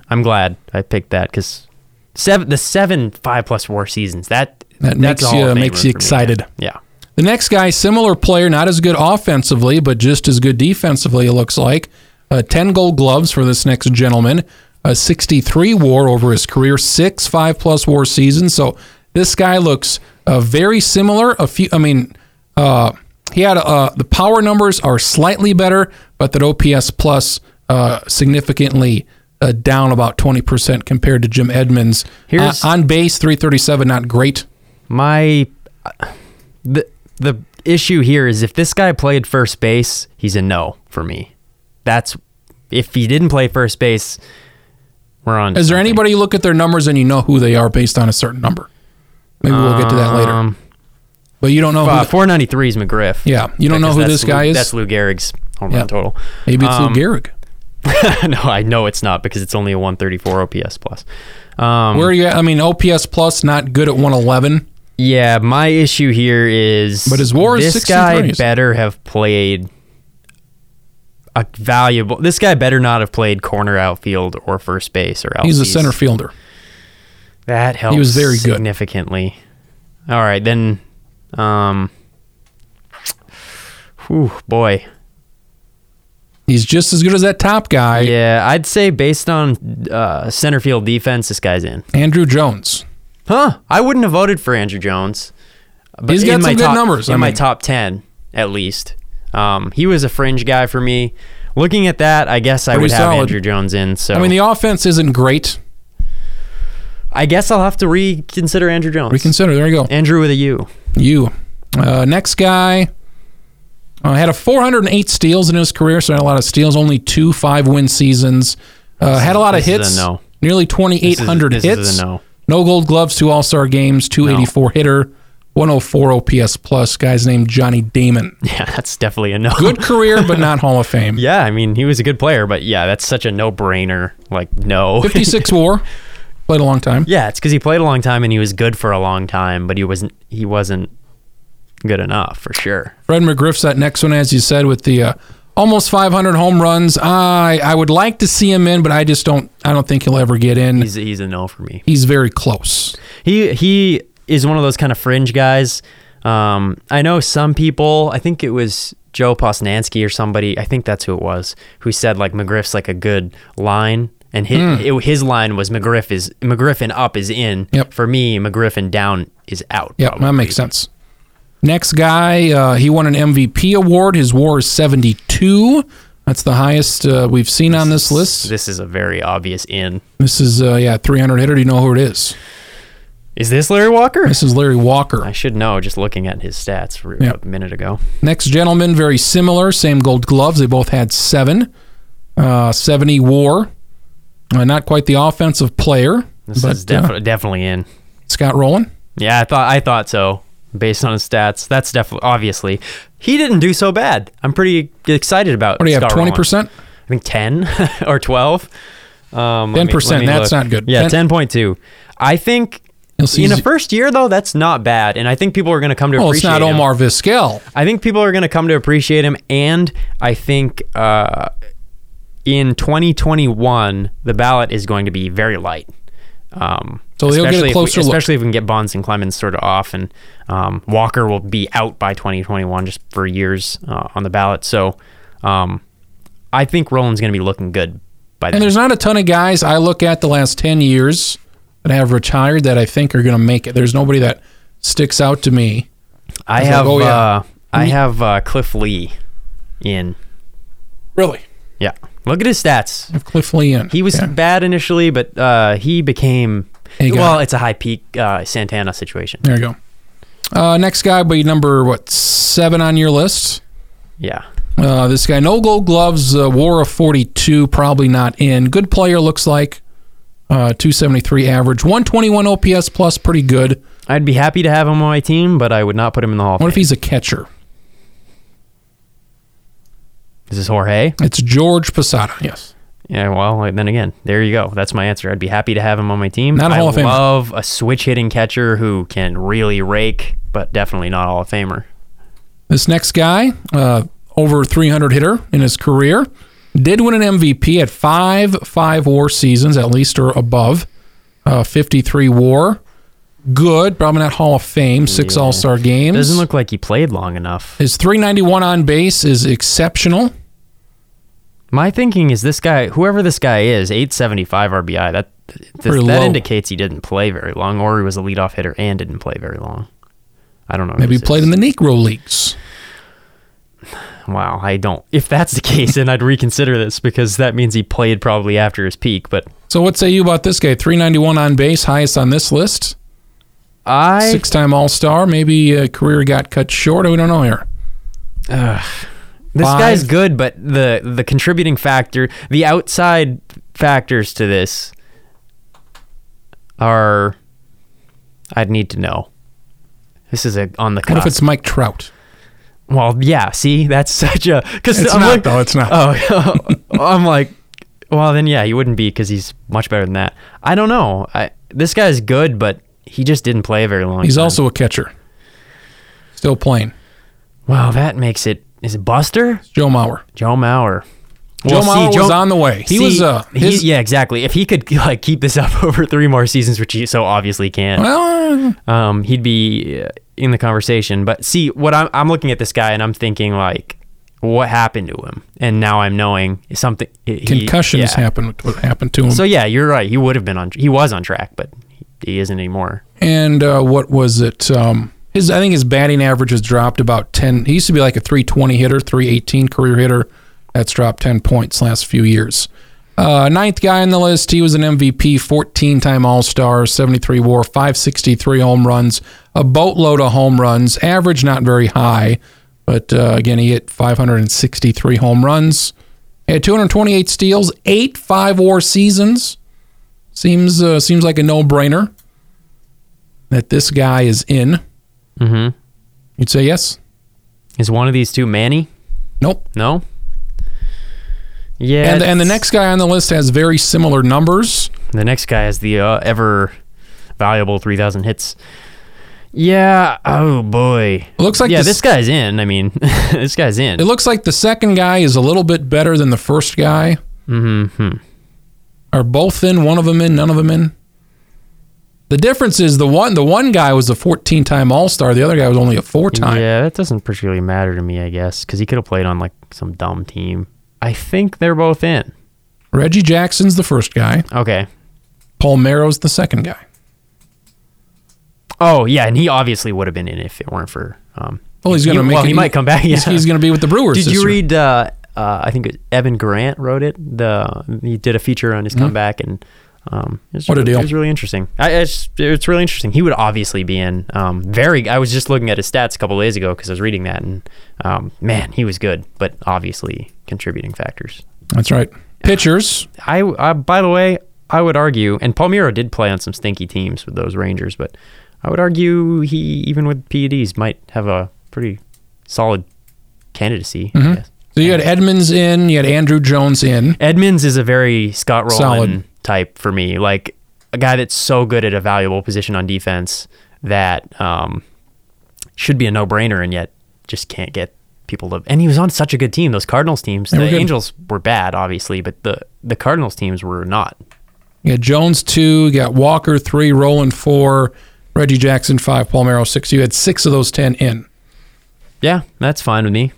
[SPEAKER 2] I'm glad I picked that because seven the seven five plus four seasons that
[SPEAKER 1] That
[SPEAKER 2] that's
[SPEAKER 1] makes
[SPEAKER 2] a Hall
[SPEAKER 1] you-
[SPEAKER 2] of Famer
[SPEAKER 1] makes you
[SPEAKER 2] for me.
[SPEAKER 1] excited.
[SPEAKER 2] Yeah.
[SPEAKER 1] The next guy, similar player, not as good offensively, but just as good defensively, it looks like. Uh, 10 gold gloves for this next gentleman, a 63 war over his career, six five plus war seasons. So this guy looks uh, very similar. A few, I mean, uh, he had uh, the power numbers are slightly better, but that OPS plus uh, significantly uh, down about 20% compared to Jim Edmonds. Uh,
[SPEAKER 2] Here's-
[SPEAKER 1] on on base, 337, not great.
[SPEAKER 2] My the the issue here is if this guy played first base, he's a no for me. That's if he didn't play first base, we're on.
[SPEAKER 1] Is there anybody you look at their numbers and you know who they are based on a certain number? Maybe we'll get to that later.
[SPEAKER 2] Um,
[SPEAKER 1] But you don't know.
[SPEAKER 2] Uh,
[SPEAKER 1] Who,
[SPEAKER 2] 493 is McGriff.
[SPEAKER 1] yeah, you don't know
[SPEAKER 2] Because
[SPEAKER 1] who
[SPEAKER 2] that's
[SPEAKER 1] this guy
[SPEAKER 2] Lou,
[SPEAKER 1] is.
[SPEAKER 2] That's Lou Gehrig's home
[SPEAKER 1] Yeah.
[SPEAKER 2] run total. (laughs)
[SPEAKER 1] Maybe it's
[SPEAKER 2] um,
[SPEAKER 1] Lou Gehrig.
[SPEAKER 2] no, I know it's not because it's only a 134 OPS plus. Um,
[SPEAKER 1] Where are you? At? I mean, OPS plus not good at 111.
[SPEAKER 2] Yeah, my issue here is
[SPEAKER 1] But his WAR is
[SPEAKER 2] this guy
[SPEAKER 1] 63.
[SPEAKER 2] better have played a valuable. This guy better not have played corner outfield or first base or else
[SPEAKER 1] He's a center fielder.
[SPEAKER 2] That helps.
[SPEAKER 1] was very good.
[SPEAKER 2] significantly. All right, then. Um. Whew, boy.
[SPEAKER 1] He's just as good as that top guy,
[SPEAKER 2] Yeah, I'd say based on uh, center field defense, this guy's in.
[SPEAKER 1] Andrew Jones.
[SPEAKER 2] Huh? I wouldn't have voted for Andrew Jones. But
[SPEAKER 1] He's got
[SPEAKER 2] in my
[SPEAKER 1] some good
[SPEAKER 2] top-
[SPEAKER 1] numbers,
[SPEAKER 2] In
[SPEAKER 1] I
[SPEAKER 2] my
[SPEAKER 1] mean.
[SPEAKER 2] top ten, at least. Um, he was a fringe guy for me. Looking at that, I guess I
[SPEAKER 1] Pretty
[SPEAKER 2] would have
[SPEAKER 1] solid.
[SPEAKER 2] Andrew Jones in. So
[SPEAKER 1] I mean, the offense isn't great.
[SPEAKER 2] I guess I'll have to reconsider Andrew Jones.
[SPEAKER 1] Reconsider. There you go.
[SPEAKER 2] Andrew with a U. (laughs)
[SPEAKER 1] You. Uh, next guy uh, had a 408 steals in his career, so had a lot of steals. Only two five win seasons. Uh, had a lot of
[SPEAKER 2] This is a
[SPEAKER 1] hits.
[SPEAKER 2] no.
[SPEAKER 1] Nearly 2,800
[SPEAKER 2] This is-
[SPEAKER 1] hits.
[SPEAKER 2] this is a no.
[SPEAKER 1] gold gloves, two All Star games, 284 hitter, 104 OPS plus. Guy's named Johnny
[SPEAKER 2] (laughs)
[SPEAKER 1] Damon.
[SPEAKER 2] Yeah, that's definitely a no.
[SPEAKER 1] Good career, but not Hall of Fame.
[SPEAKER 2] (laughs) Yeah, I mean he was a good player, but yeah, that's such a no-brainer. Like no.
[SPEAKER 1] 56 WAR. Played a long time.
[SPEAKER 2] (laughs) yeah, it's because he played a long time and he was good for a long time, but he wasn't. He wasn't good enough for sure.
[SPEAKER 1] Fred McGriff's that next one, as you said, with the uh, almost 500 home runs. I I would like to see him in, but I just don't. I don't think he'll ever get in.
[SPEAKER 2] He's he's a no for me.
[SPEAKER 1] he's very close.
[SPEAKER 2] He he is one of those kind of fringe guys. Um, I know some people. I think it was Joe Posnanski or somebody. I think that's who it was who said like McGriff's like a good line, and his
[SPEAKER 1] Hmm.
[SPEAKER 2] it, his line was McGriff is McGriff and up is in.
[SPEAKER 1] Yep.
[SPEAKER 2] For me, McGriff and down is out.
[SPEAKER 1] Yeah, that makes sense. Next guy, uh, he won an MVP award. His WAR is 72. That's the highest uh, we've seen on this list.
[SPEAKER 2] This is a very obvious in.
[SPEAKER 1] This is uh, yeah, 300 hitter. Do you know who it is?
[SPEAKER 2] Is this Larry Walker?
[SPEAKER 1] This is Larry Walker.
[SPEAKER 2] I should know just looking at his stats for
[SPEAKER 1] Yeah.
[SPEAKER 2] a minute ago.
[SPEAKER 1] Next gentleman, very similar. Same gold gloves. They both had seven, uh, 70 WAR. Uh, not quite the offensive player,
[SPEAKER 2] This
[SPEAKER 1] but
[SPEAKER 2] is defi-
[SPEAKER 1] uh,
[SPEAKER 2] definitely in.
[SPEAKER 1] Scott Rowland.
[SPEAKER 2] Yeah, I thought I thought so based on his stats. That's definitely obviously he didn't do so bad. I'm pretty excited about.
[SPEAKER 1] What do you have?
[SPEAKER 2] Scott
[SPEAKER 1] Twenty
[SPEAKER 2] Rowland.
[SPEAKER 1] percent.
[SPEAKER 2] I think ten (laughs) or twelve. Um, let me-
[SPEAKER 1] 10%,
[SPEAKER 2] let me
[SPEAKER 1] that's
[SPEAKER 2] look.
[SPEAKER 1] not good.
[SPEAKER 2] Yeah,
[SPEAKER 1] 10
[SPEAKER 2] ten point two. I think
[SPEAKER 1] You'll see.
[SPEAKER 2] in the
[SPEAKER 1] z-
[SPEAKER 2] first year though, that's not bad, and I think people are going to come to
[SPEAKER 1] well, it's
[SPEAKER 2] appreciate
[SPEAKER 1] not
[SPEAKER 2] him.
[SPEAKER 1] Omar Vizquel.
[SPEAKER 2] I think people are going to come to appreciate him, and I think uh, in 2021 the ballot is going to be very light. Um,
[SPEAKER 1] So they'll get a
[SPEAKER 2] especially if we-
[SPEAKER 1] closer look.
[SPEAKER 2] especially if we can get Bonds and Clemens sort of off, and um, Walker will be out by 2021 just for years uh, on the ballot. So um, I think Roland's going to be looking good by
[SPEAKER 1] And
[SPEAKER 2] then.
[SPEAKER 1] there's not a ton of guys I look at the last 10 years that have retired that I think are going to make it. There's nobody that sticks out to me.
[SPEAKER 2] I
[SPEAKER 1] there's
[SPEAKER 2] have
[SPEAKER 1] like, oh, yeah.
[SPEAKER 2] uh, I have uh, Cliff Lee in.
[SPEAKER 1] Really?
[SPEAKER 2] Yeah, look at his stats.
[SPEAKER 1] Have Cliff Lee in.
[SPEAKER 2] He was
[SPEAKER 1] Yeah.
[SPEAKER 2] bad initially, but uh, he became.
[SPEAKER 1] Hey, guy.
[SPEAKER 2] well, it's a high peak uh, Santana situation.
[SPEAKER 1] There you go. Uh, next guy, but number, what, seven on your list?
[SPEAKER 2] Yeah.
[SPEAKER 1] Uh, this guy, no gold gloves, uh, war of 42, probably not in. Good player, looks like. Uh, 273 average, 121 OPS plus, pretty good.
[SPEAKER 2] I'd be happy to have him on my team, but I would not put him in the Hall of
[SPEAKER 1] What if
[SPEAKER 2] Fame.
[SPEAKER 1] he's a catcher?
[SPEAKER 2] Is this Jorge?
[SPEAKER 1] It's George Posada. Yes.
[SPEAKER 2] Yeah, well, then again, there you go. That's my answer. I'd be happy to have him on my team.
[SPEAKER 1] Not a Hall
[SPEAKER 2] I
[SPEAKER 1] of Famer.
[SPEAKER 2] love a switch hitting catcher who can really rake, but definitely not Hall of Famer.
[SPEAKER 1] This next guy, uh, over 300 hitter in his career, did win an MVP at five five WAR seasons, at least or above. Uh, 53 WAR, good. Probably not Hall of Fame. Six All Star games.
[SPEAKER 2] Doesn't look like he played long enough.
[SPEAKER 1] His 391 on base is exceptional.
[SPEAKER 2] My thinking is this guy, whoever this guy is, 875 RBI. That
[SPEAKER 1] Pretty
[SPEAKER 2] that, that
[SPEAKER 1] low.
[SPEAKER 2] indicates he didn't play very long, or he was a leadoff hitter and didn't play very long. I don't know. who
[SPEAKER 1] Maybe he
[SPEAKER 2] this
[SPEAKER 1] played
[SPEAKER 2] is.
[SPEAKER 1] in the Negro leagues.
[SPEAKER 2] Wow, I don't. If that's the (laughs) case, then I'd reconsider this because that means he played probably after his peak. But
[SPEAKER 1] So what say you about this guy? 391 on base, highest on this list.
[SPEAKER 2] I
[SPEAKER 1] Six time All Star. Maybe a career got cut short. We don't know here.
[SPEAKER 2] This
[SPEAKER 1] Five.
[SPEAKER 2] guy's good, but the the contributing factor, the outside factors to this are I'd need to know. This is a on the
[SPEAKER 1] What if
[SPEAKER 2] cusp.
[SPEAKER 1] it's Mike Trout?
[SPEAKER 2] Well, yeah, see, that's (laughs) such a cuz
[SPEAKER 1] It's
[SPEAKER 2] I'm
[SPEAKER 1] not,
[SPEAKER 2] like,
[SPEAKER 1] though, it's not.
[SPEAKER 2] Oh,
[SPEAKER 1] (laughs)
[SPEAKER 2] (laughs) I'm like well, then yeah, he wouldn't be cuz he's much better than that. I don't know. I this guy's good, but he just didn't play very long.
[SPEAKER 1] He's
[SPEAKER 2] time.
[SPEAKER 1] also a catcher. Still playing.
[SPEAKER 2] Wow, that makes it is it Buster?
[SPEAKER 1] Joe Mauer.
[SPEAKER 2] Joe Mauer.
[SPEAKER 1] Joe
[SPEAKER 2] Well, see,
[SPEAKER 1] Mauer was
[SPEAKER 2] Joe-
[SPEAKER 1] on the way. He
[SPEAKER 2] See,
[SPEAKER 1] was uh
[SPEAKER 2] he-
[SPEAKER 1] his,
[SPEAKER 2] yeah, exactly. If he could (laughs) like keep this up over three more seasons, which he so obviously can,
[SPEAKER 1] well,
[SPEAKER 2] um, he'd be uh, in the conversation. But see, what I'm I'm looking at this guy and I'm thinking like, what happened to him? And now I'm knowing something. he-
[SPEAKER 1] concussions
[SPEAKER 2] yeah.
[SPEAKER 1] happened with what happened to him.
[SPEAKER 2] So yeah, you're right. He would have been on. He was on track, but he, he isn't anymore.
[SPEAKER 1] and uh, what was it? Um his I think his batting average has dropped about ten he used to be like a three twenty hitter, three eighteen career hitter. That's dropped ten points last few years. Uh, ninth guy on the list, he was an MVP, 14 time All Star, 73 war, 563 home runs, a boatload of home runs, average not very high, but uh, again, he hit 563 home runs. He had 228 steals, eight five war seasons. Seems uh, seems like a no brainer that this guy is in.
[SPEAKER 2] Mm-hmm.
[SPEAKER 1] You'd say yes?
[SPEAKER 2] Is one of these two Manny?
[SPEAKER 1] Nope.
[SPEAKER 2] No. Yeah.
[SPEAKER 1] And, and the
[SPEAKER 2] it's-
[SPEAKER 1] next guy on the list has very similar numbers.
[SPEAKER 2] The next guy has the uh, ever valuable 3,000 hits. Yeah. Oh boy.
[SPEAKER 1] Looks like
[SPEAKER 2] yeah,
[SPEAKER 1] this-
[SPEAKER 2] this guy's in. I mean, (laughs) this guy's
[SPEAKER 1] It
[SPEAKER 2] in.
[SPEAKER 1] looks like the second guy is a little bit better than the first guy.
[SPEAKER 2] Mm-hmm.
[SPEAKER 1] Are both in? One of them in? None of them in? The difference is the one the one guy was a 14 time All Star. The other guy was only a four time.
[SPEAKER 2] Yeah, that doesn't particularly matter to me, I guess, because he could have played on like some dumb team. I think they're both in.
[SPEAKER 1] Reggie Jackson's the first guy.
[SPEAKER 2] Okay.
[SPEAKER 1] Palmero's the second guy.
[SPEAKER 2] Oh yeah, and he obviously would have been in if it weren't for. Um,
[SPEAKER 1] Well, he's going to
[SPEAKER 2] he-
[SPEAKER 1] make.
[SPEAKER 2] Well,
[SPEAKER 1] it- e
[SPEAKER 2] he might come back. (laughs) Yeah.
[SPEAKER 1] He's, he's going to be with the Brewers.
[SPEAKER 2] Did
[SPEAKER 1] this
[SPEAKER 2] you
[SPEAKER 1] year.
[SPEAKER 2] read? Uh, uh, I think it was Evan Grant wrote it. The he did a feature on his comeback, and um, it was
[SPEAKER 1] Mm-hmm. What a
[SPEAKER 2] really,
[SPEAKER 1] deal.
[SPEAKER 2] It was really interesting. I, it's it's really interesting. He would obviously be in. Um, very. I was just looking at his stats a couple days ago because I was reading that, and um, man, he was good. But obviously, contributing factors.
[SPEAKER 1] That's right. Pitchers.
[SPEAKER 2] I, I by the way, I would argue, and Palmiro did play on some stinky teams with those Rangers, but I would argue he even with PEDs might have a pretty solid candidacy.
[SPEAKER 1] Mm-hmm.
[SPEAKER 2] I guess.
[SPEAKER 1] So you had Edmonds in. You had Andrew Jones in.
[SPEAKER 2] Edmonds is a very Scott Rowland
[SPEAKER 1] Solid.
[SPEAKER 2] type for me, like a guy that's so good at a valuable position on defense that um, should be a no-brainer, and yet just can't get people to. And he was on such a good team; those Cardinals teams.
[SPEAKER 1] were
[SPEAKER 2] The
[SPEAKER 1] good.
[SPEAKER 2] Angels were bad, obviously, but the the Cardinals teams were not.
[SPEAKER 1] You got Jones two, you got Walker three, Roland four, Reggie Jackson five, Palmero six. You had six of those ten in.
[SPEAKER 2] Yeah, that's fine with me.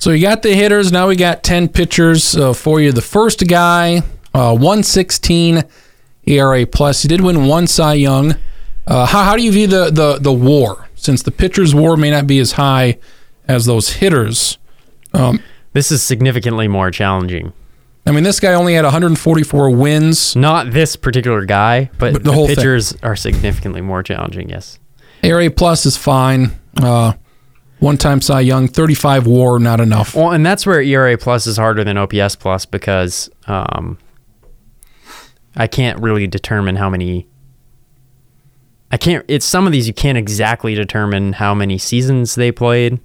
[SPEAKER 1] So you got the hitters. Now we got ten pitchers uh, for you. The first guy, uh, one sixteen ERA plus. He did win one Cy Young. Uh, how, how do you view the, the the WAR? Since the pitchers' WAR may not be as high as those hitters.
[SPEAKER 2] This is significantly more challenging.
[SPEAKER 1] I mean, this guy only had 144 wins.
[SPEAKER 2] Not this particular guy,
[SPEAKER 1] But
[SPEAKER 2] but,
[SPEAKER 1] the
[SPEAKER 2] the,
[SPEAKER 1] whole thing.
[SPEAKER 2] pitchers are significantly more challenging. Yes.
[SPEAKER 1] ERA E plus is fine. Uh, one time Cy Young, 35 WAR, not enough.
[SPEAKER 2] Well, and that's where ERA plus is harder than OPS plus because um, I can't really determine how many. I can't. It's some of these you can't exactly determine how many seasons they played.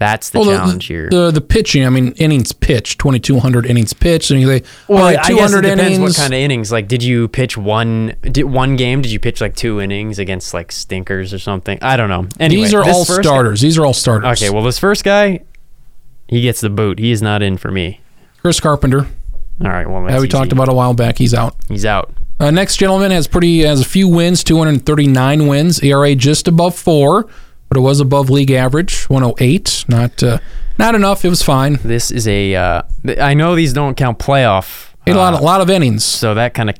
[SPEAKER 2] That's the
[SPEAKER 1] Well,
[SPEAKER 2] challenge here.
[SPEAKER 1] The, the pitching, I mean, innings pitched, 2,200 innings pitched. And you say, well,
[SPEAKER 2] well,
[SPEAKER 1] like
[SPEAKER 2] I guess
[SPEAKER 1] 200
[SPEAKER 2] it depends
[SPEAKER 1] innings.
[SPEAKER 2] what kind of innings. Like, did you pitch one did one game? Did you pitch like two innings against like stinkers or something? I don't know. Anyway,
[SPEAKER 1] These are
[SPEAKER 2] this
[SPEAKER 1] all
[SPEAKER 2] first
[SPEAKER 1] starters. These are all
[SPEAKER 2] guy-
[SPEAKER 1] starters.
[SPEAKER 2] okay, well, this first guy, he gets the boot. He is not in for me.
[SPEAKER 1] Chris Carpenter,
[SPEAKER 2] All right, well,
[SPEAKER 1] that
[SPEAKER 2] that's
[SPEAKER 1] we talked
[SPEAKER 2] easy.
[SPEAKER 1] about a while back, he's out.
[SPEAKER 2] He's out.
[SPEAKER 1] Uh, next gentleman has pretty has a few wins, 239 wins, ERA just above four, but it was above league average, 108. Not uh, not enough. It was fine.
[SPEAKER 2] This is a. Uh, th- I know these don't count playoff.
[SPEAKER 1] Hit a lot,
[SPEAKER 2] uh,
[SPEAKER 1] a lot of innings.
[SPEAKER 2] so that kind of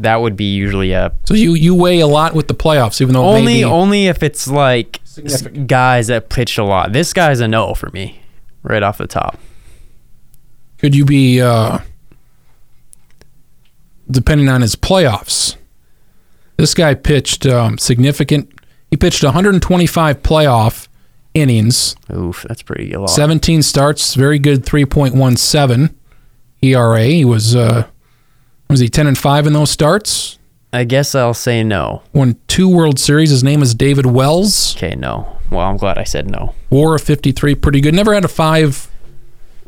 [SPEAKER 2] that would be usually a
[SPEAKER 1] So you you weigh a lot with the playoffs, even though it may
[SPEAKER 2] only
[SPEAKER 1] be-
[SPEAKER 2] only if it's like s-
[SPEAKER 1] Significant.
[SPEAKER 2] guys that pitched a lot. This guy's a no for me, right off the top.
[SPEAKER 1] could you be uh, depending on his playoffs. This guy pitched um, significant. He pitched 125 playoff innings.
[SPEAKER 2] Oof, that's pretty a lot.
[SPEAKER 1] 17 starts, very good 3.17 ERA. E He was uh was he 10 and 5 in those starts?
[SPEAKER 2] I guess I'll say no.
[SPEAKER 1] Won two World Series. His name is David Wells.
[SPEAKER 2] Okay, no. Well, I'm glad I said no.
[SPEAKER 1] WAR of 53, pretty good. Never had a 5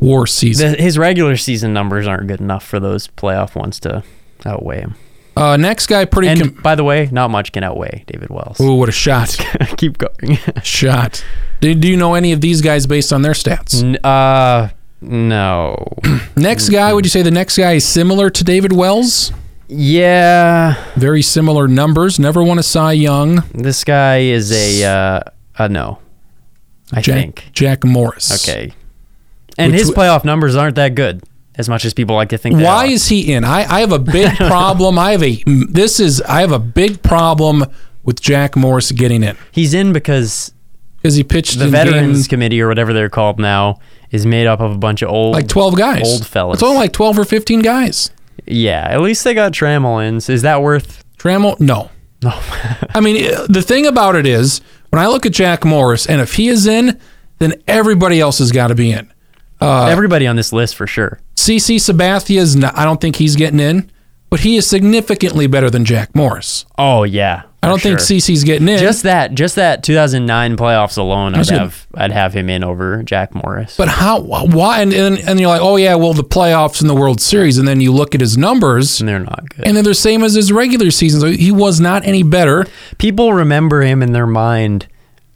[SPEAKER 1] WAR season.
[SPEAKER 2] The, his regular season numbers aren't good enough for those playoff ones to outweigh him.
[SPEAKER 1] Uh next guy pretty
[SPEAKER 2] And
[SPEAKER 1] com-
[SPEAKER 2] by the way, not much can outweigh David Wells.
[SPEAKER 1] Ooh, what a shot.
[SPEAKER 2] (laughs) Keep going.
[SPEAKER 1] shot. Do, do you know any of these guys based on their stats?
[SPEAKER 2] N- uh, no. (coughs)
[SPEAKER 1] Next guy, would you say the next guy is similar to David Wells?
[SPEAKER 2] yeah,
[SPEAKER 1] Very similar numbers. Never won a Cy Young.
[SPEAKER 2] this guy is a uh, a no. I
[SPEAKER 1] Jack,
[SPEAKER 2] think.
[SPEAKER 1] Jack Morris.
[SPEAKER 2] Okay. And
[SPEAKER 1] Which
[SPEAKER 2] his
[SPEAKER 1] w-
[SPEAKER 2] playoff numbers aren't that good, as much as people like to think. They
[SPEAKER 1] Why
[SPEAKER 2] are.
[SPEAKER 1] is he in? I, I have a big
[SPEAKER 2] (laughs)
[SPEAKER 1] problem. I have a this is I have a big problem with Jack Morris getting in
[SPEAKER 2] he's in? Because
[SPEAKER 1] because he pitched
[SPEAKER 2] the
[SPEAKER 1] in
[SPEAKER 2] veterans
[SPEAKER 1] games
[SPEAKER 2] committee or whatever they're called now is made up of a bunch of old
[SPEAKER 1] like twelve guys,
[SPEAKER 2] old fellas.
[SPEAKER 1] It's only like twelve or fifteen guys.
[SPEAKER 2] yeah, at least they got Trammell in. Is that worth? (laughs)
[SPEAKER 1] Trammell, no.
[SPEAKER 2] No.
[SPEAKER 1] I mean, uh, the thing about it is, when I look at Jack Morris, and if he is in, then everybody else has got to be in.
[SPEAKER 2] Everybody on this list for sure.
[SPEAKER 1] CC Sabathia is not. I don't think he's getting in, but he is significantly better than Jack Morris.
[SPEAKER 2] Oh yeah.
[SPEAKER 1] I don't think CC's getting in.
[SPEAKER 2] Just that, just that 2009 playoffs alone, I'd
[SPEAKER 1] should-
[SPEAKER 2] have, I'd have him in over Jack Morris.
[SPEAKER 1] But how? Why? And, and and you're like, oh yeah, well the playoffs and the World Series, and then you look at his numbers,
[SPEAKER 2] and they're not good.
[SPEAKER 1] and then they're same as his regular season. So he was not any better.
[SPEAKER 2] people remember him in their mind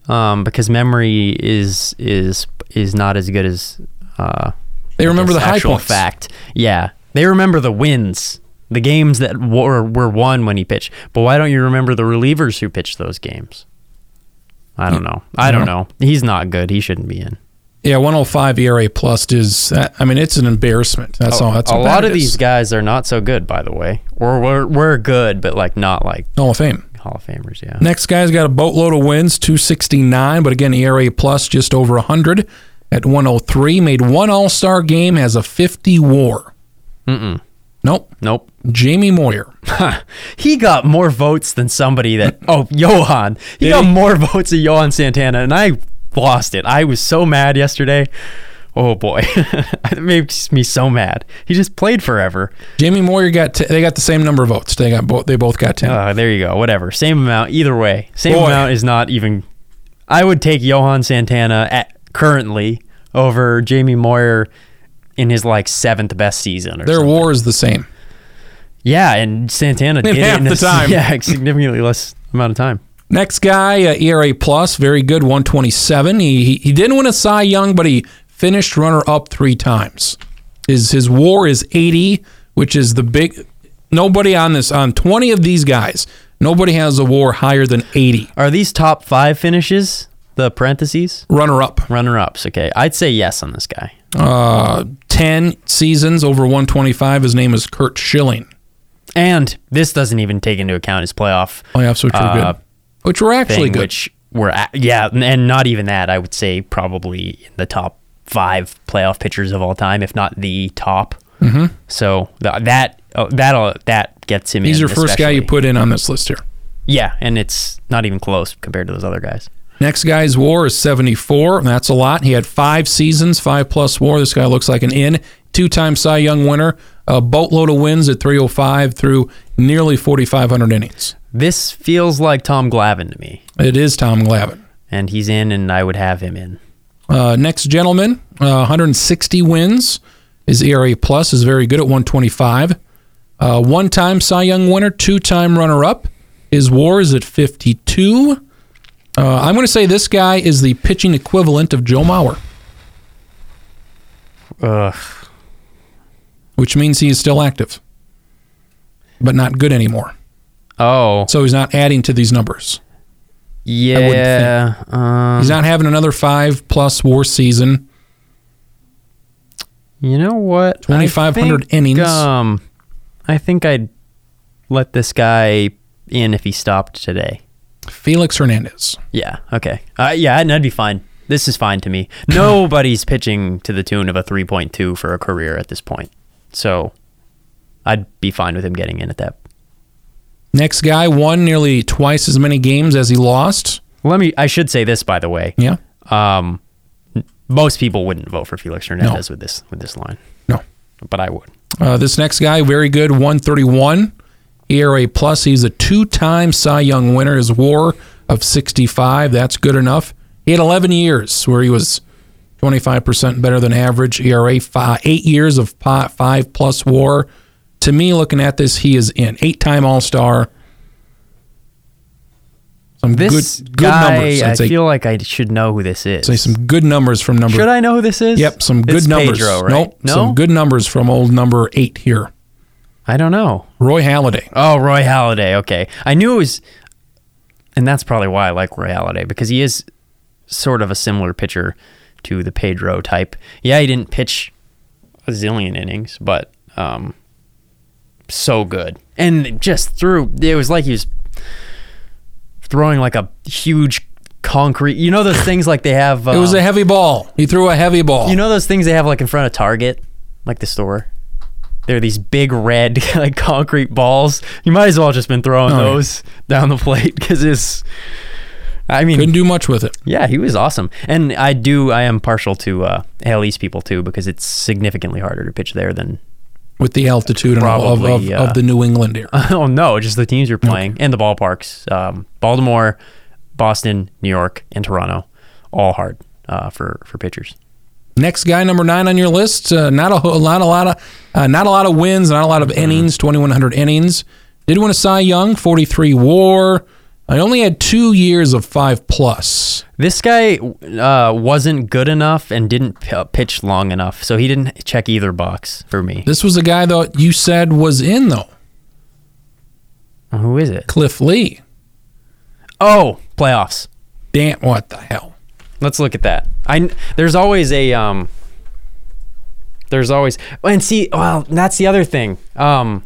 [SPEAKER 2] um, because memory is is is not as good as uh,
[SPEAKER 1] They
[SPEAKER 2] I
[SPEAKER 1] remember
[SPEAKER 2] guess
[SPEAKER 1] the high
[SPEAKER 2] actual
[SPEAKER 1] points.
[SPEAKER 2] fact. Yeah, they remember the wins, the games that were were won when he pitched. But why don't you remember the relievers who pitched those games? I don't know. I don't know. He's not good. He shouldn't be in.
[SPEAKER 1] Yeah, 105 ERA E plus is. uh, I mean, it's an embarrassment. That's all. That's
[SPEAKER 2] a
[SPEAKER 1] how bad
[SPEAKER 2] lot
[SPEAKER 1] it
[SPEAKER 2] of these
[SPEAKER 1] is.
[SPEAKER 2] guys are not so good, by the way, or we're, we're good, but like not like
[SPEAKER 1] Hall of Fame.
[SPEAKER 2] Hall of Famers. Yeah.
[SPEAKER 1] Next guy's got a boatload of wins, 269, but again, ERA plus just over 100 at 103. Made one All Star game, has a 50 war.
[SPEAKER 2] Mm-mm.
[SPEAKER 1] Nope.
[SPEAKER 2] Nope.
[SPEAKER 1] Jamie
[SPEAKER 2] (laughs)
[SPEAKER 1] Moyer.
[SPEAKER 2] Huh. He got more votes than
[SPEAKER 1] (laughs)
[SPEAKER 2] somebody that. Oh, Johan. He got more votes than Johan Santana, and I lost it. I was so mad yesterday. Oh boy, (laughs) it makes me so mad. He just played forever.
[SPEAKER 1] Jamie Moyer got t- they got the same number of votes. They got both. They both got 10.
[SPEAKER 2] Uh, there you go. Whatever. Same amount. Either way, same
[SPEAKER 1] Boy.
[SPEAKER 2] amount is not even. I would take Johan Santana at currently over Jamie Moyer in his like seventh best season. Or
[SPEAKER 1] Their
[SPEAKER 2] something.
[SPEAKER 1] war is the same.
[SPEAKER 2] yeah, and Santana did
[SPEAKER 1] half
[SPEAKER 2] it in
[SPEAKER 1] the
[SPEAKER 2] a-
[SPEAKER 1] time.
[SPEAKER 2] (laughs) Yeah, significantly less amount of time.
[SPEAKER 1] Next guy, uh, ERA plus, very good, 127. He, he he didn't win a Cy Young, but he finished runner up three times. His his WAR is 80, which is the big. Nobody on this on 20 of these guys, nobody has a WAR higher than 80.
[SPEAKER 2] Are these top five finishes the parentheses?
[SPEAKER 1] Runner up,
[SPEAKER 2] Runner ups, okay. I'd say yes on this guy.
[SPEAKER 1] uh, 10 seasons over 125. His name is Kurt Schilling.
[SPEAKER 2] And this doesn't even take into account his playoff
[SPEAKER 1] Playoffs, which were
[SPEAKER 2] Uh,
[SPEAKER 1] good, which were
[SPEAKER 2] thing,
[SPEAKER 1] actually good.
[SPEAKER 2] which were at, yeah, and not even that. I would say probably in the top five playoff pitchers of all time, if not the top. Mm-hmm. So th- that oh, that uh, that gets him.
[SPEAKER 1] He's
[SPEAKER 2] in
[SPEAKER 1] your first guy you
[SPEAKER 2] especially.
[SPEAKER 1] put in on this list here.
[SPEAKER 2] Yeah, and it's not even close compared to those other guys.
[SPEAKER 1] Next guy's war is 74, and that's a lot. He had five seasons, five plus war. This guy looks like an in. Two time Cy Young winner, a boatload of wins at 305 through nearly 4,500 innings.
[SPEAKER 2] This feels like Tom Glavine to me,
[SPEAKER 1] It is Tom Glavine.
[SPEAKER 2] and he's in, and I would have him in.
[SPEAKER 1] Uh, next gentleman, uh, 160 wins. His ERA plus is very good at 125. Uh, One time Cy Young winner, two time runner up. His WAR is at 52. Uh, I'm going to say this guy is the pitching equivalent of Joe Mauer,
[SPEAKER 2] Ugh.
[SPEAKER 1] which means he is still active, but not good anymore.
[SPEAKER 2] Oh,
[SPEAKER 1] So he's not adding to these numbers. wouldn't
[SPEAKER 2] yeah. Um,
[SPEAKER 1] He's not having another five plus WAR season.
[SPEAKER 2] you know what? I
[SPEAKER 1] 2,500
[SPEAKER 2] think,
[SPEAKER 1] innings.
[SPEAKER 2] Um, I think I'd let this guy in if he stopped today.
[SPEAKER 1] Felix Hernandez.
[SPEAKER 2] Yeah. Okay. Uh, yeah, and that'd be fine. This is fine
[SPEAKER 1] (laughs)
[SPEAKER 2] to me. Nobody's pitching to the tune of a 3.2 for a career at this point. So I'd be fine with him getting in at that.
[SPEAKER 1] Next guy won nearly twice as many games as he lost.
[SPEAKER 2] Let me I should say this by the way.
[SPEAKER 1] Yeah.
[SPEAKER 2] Um n- most people wouldn't vote for Felix Hernandez with this with this line,
[SPEAKER 1] No.
[SPEAKER 2] but I would.
[SPEAKER 1] Uh, this next guy, very good, 131 ERA plus. He's a two-time Cy Young winner. His WAR of 65. That's good enough. He had 11 years where he was 25% better than average E ERA. Five, eight years of pi- five plus WAR. To me, looking at this, he is in eight-time All-Star. Some
[SPEAKER 2] This
[SPEAKER 1] good, good
[SPEAKER 2] guy,
[SPEAKER 1] numbers.
[SPEAKER 2] I
[SPEAKER 1] I'd say,
[SPEAKER 2] feel like I should know who this is.
[SPEAKER 1] say some good numbers from number
[SPEAKER 2] should I know who this is?
[SPEAKER 1] Yep, some good
[SPEAKER 2] It's
[SPEAKER 1] numbers.
[SPEAKER 2] Pedro, right?
[SPEAKER 1] Nope,
[SPEAKER 2] no,
[SPEAKER 1] some good numbers from old number eight here.
[SPEAKER 2] I don't know.
[SPEAKER 1] Roy Halladay.
[SPEAKER 2] Oh, Roy Halladay. Okay, I knew it was, and that's probably why I like Roy Halladay because he is sort of a similar pitcher to the Pedro type. Yeah, he didn't pitch a zillion innings, but um, so good and just threw. It was like he was throwing like a huge concrete. You know those things like they have. Uh,
[SPEAKER 1] It was a heavy ball. He threw a heavy ball.
[SPEAKER 2] you know those things they have like in front of Target, like the store. They're these big red (laughs) like concrete balls. You might as well have just been throwing
[SPEAKER 1] Oh, yeah.
[SPEAKER 2] those (laughs) down the plate because it's. I mean,
[SPEAKER 1] couldn't do much with it.
[SPEAKER 2] yeah, he was awesome, and I do. I am partial to uh, AL East people too because it's significantly harder to pitch there than. (laughs)
[SPEAKER 1] With the altitude and all of, of,
[SPEAKER 2] Probably, uh,
[SPEAKER 1] of the New England area.
[SPEAKER 2] Oh no! Just the teams you're playing and the ballparks: um, Baltimore, Boston, New York, and Toronto, all hard uh, for for pitchers.
[SPEAKER 1] Next guy, number nine on your list. Uh, not a, ho- a lot, a lot of, uh, not a lot of wins, not a lot of
[SPEAKER 2] Mm-hmm.
[SPEAKER 1] innings. Twenty one hundred innings. Did win a Cy Young, forty three WAR. I only had two years of five plus.
[SPEAKER 2] This guy uh, wasn't good enough and didn't p- uh, pitch long enough, so he didn't check either box for me.
[SPEAKER 1] This was a guy that you said was in though.
[SPEAKER 2] Who is it?
[SPEAKER 1] Cliff Lee.
[SPEAKER 2] Oh, playoffs.
[SPEAKER 1] Damn, what the hell?
[SPEAKER 2] Let's look at that. I kn- there's always a um. There's always and see. Well, that's the other thing. Um,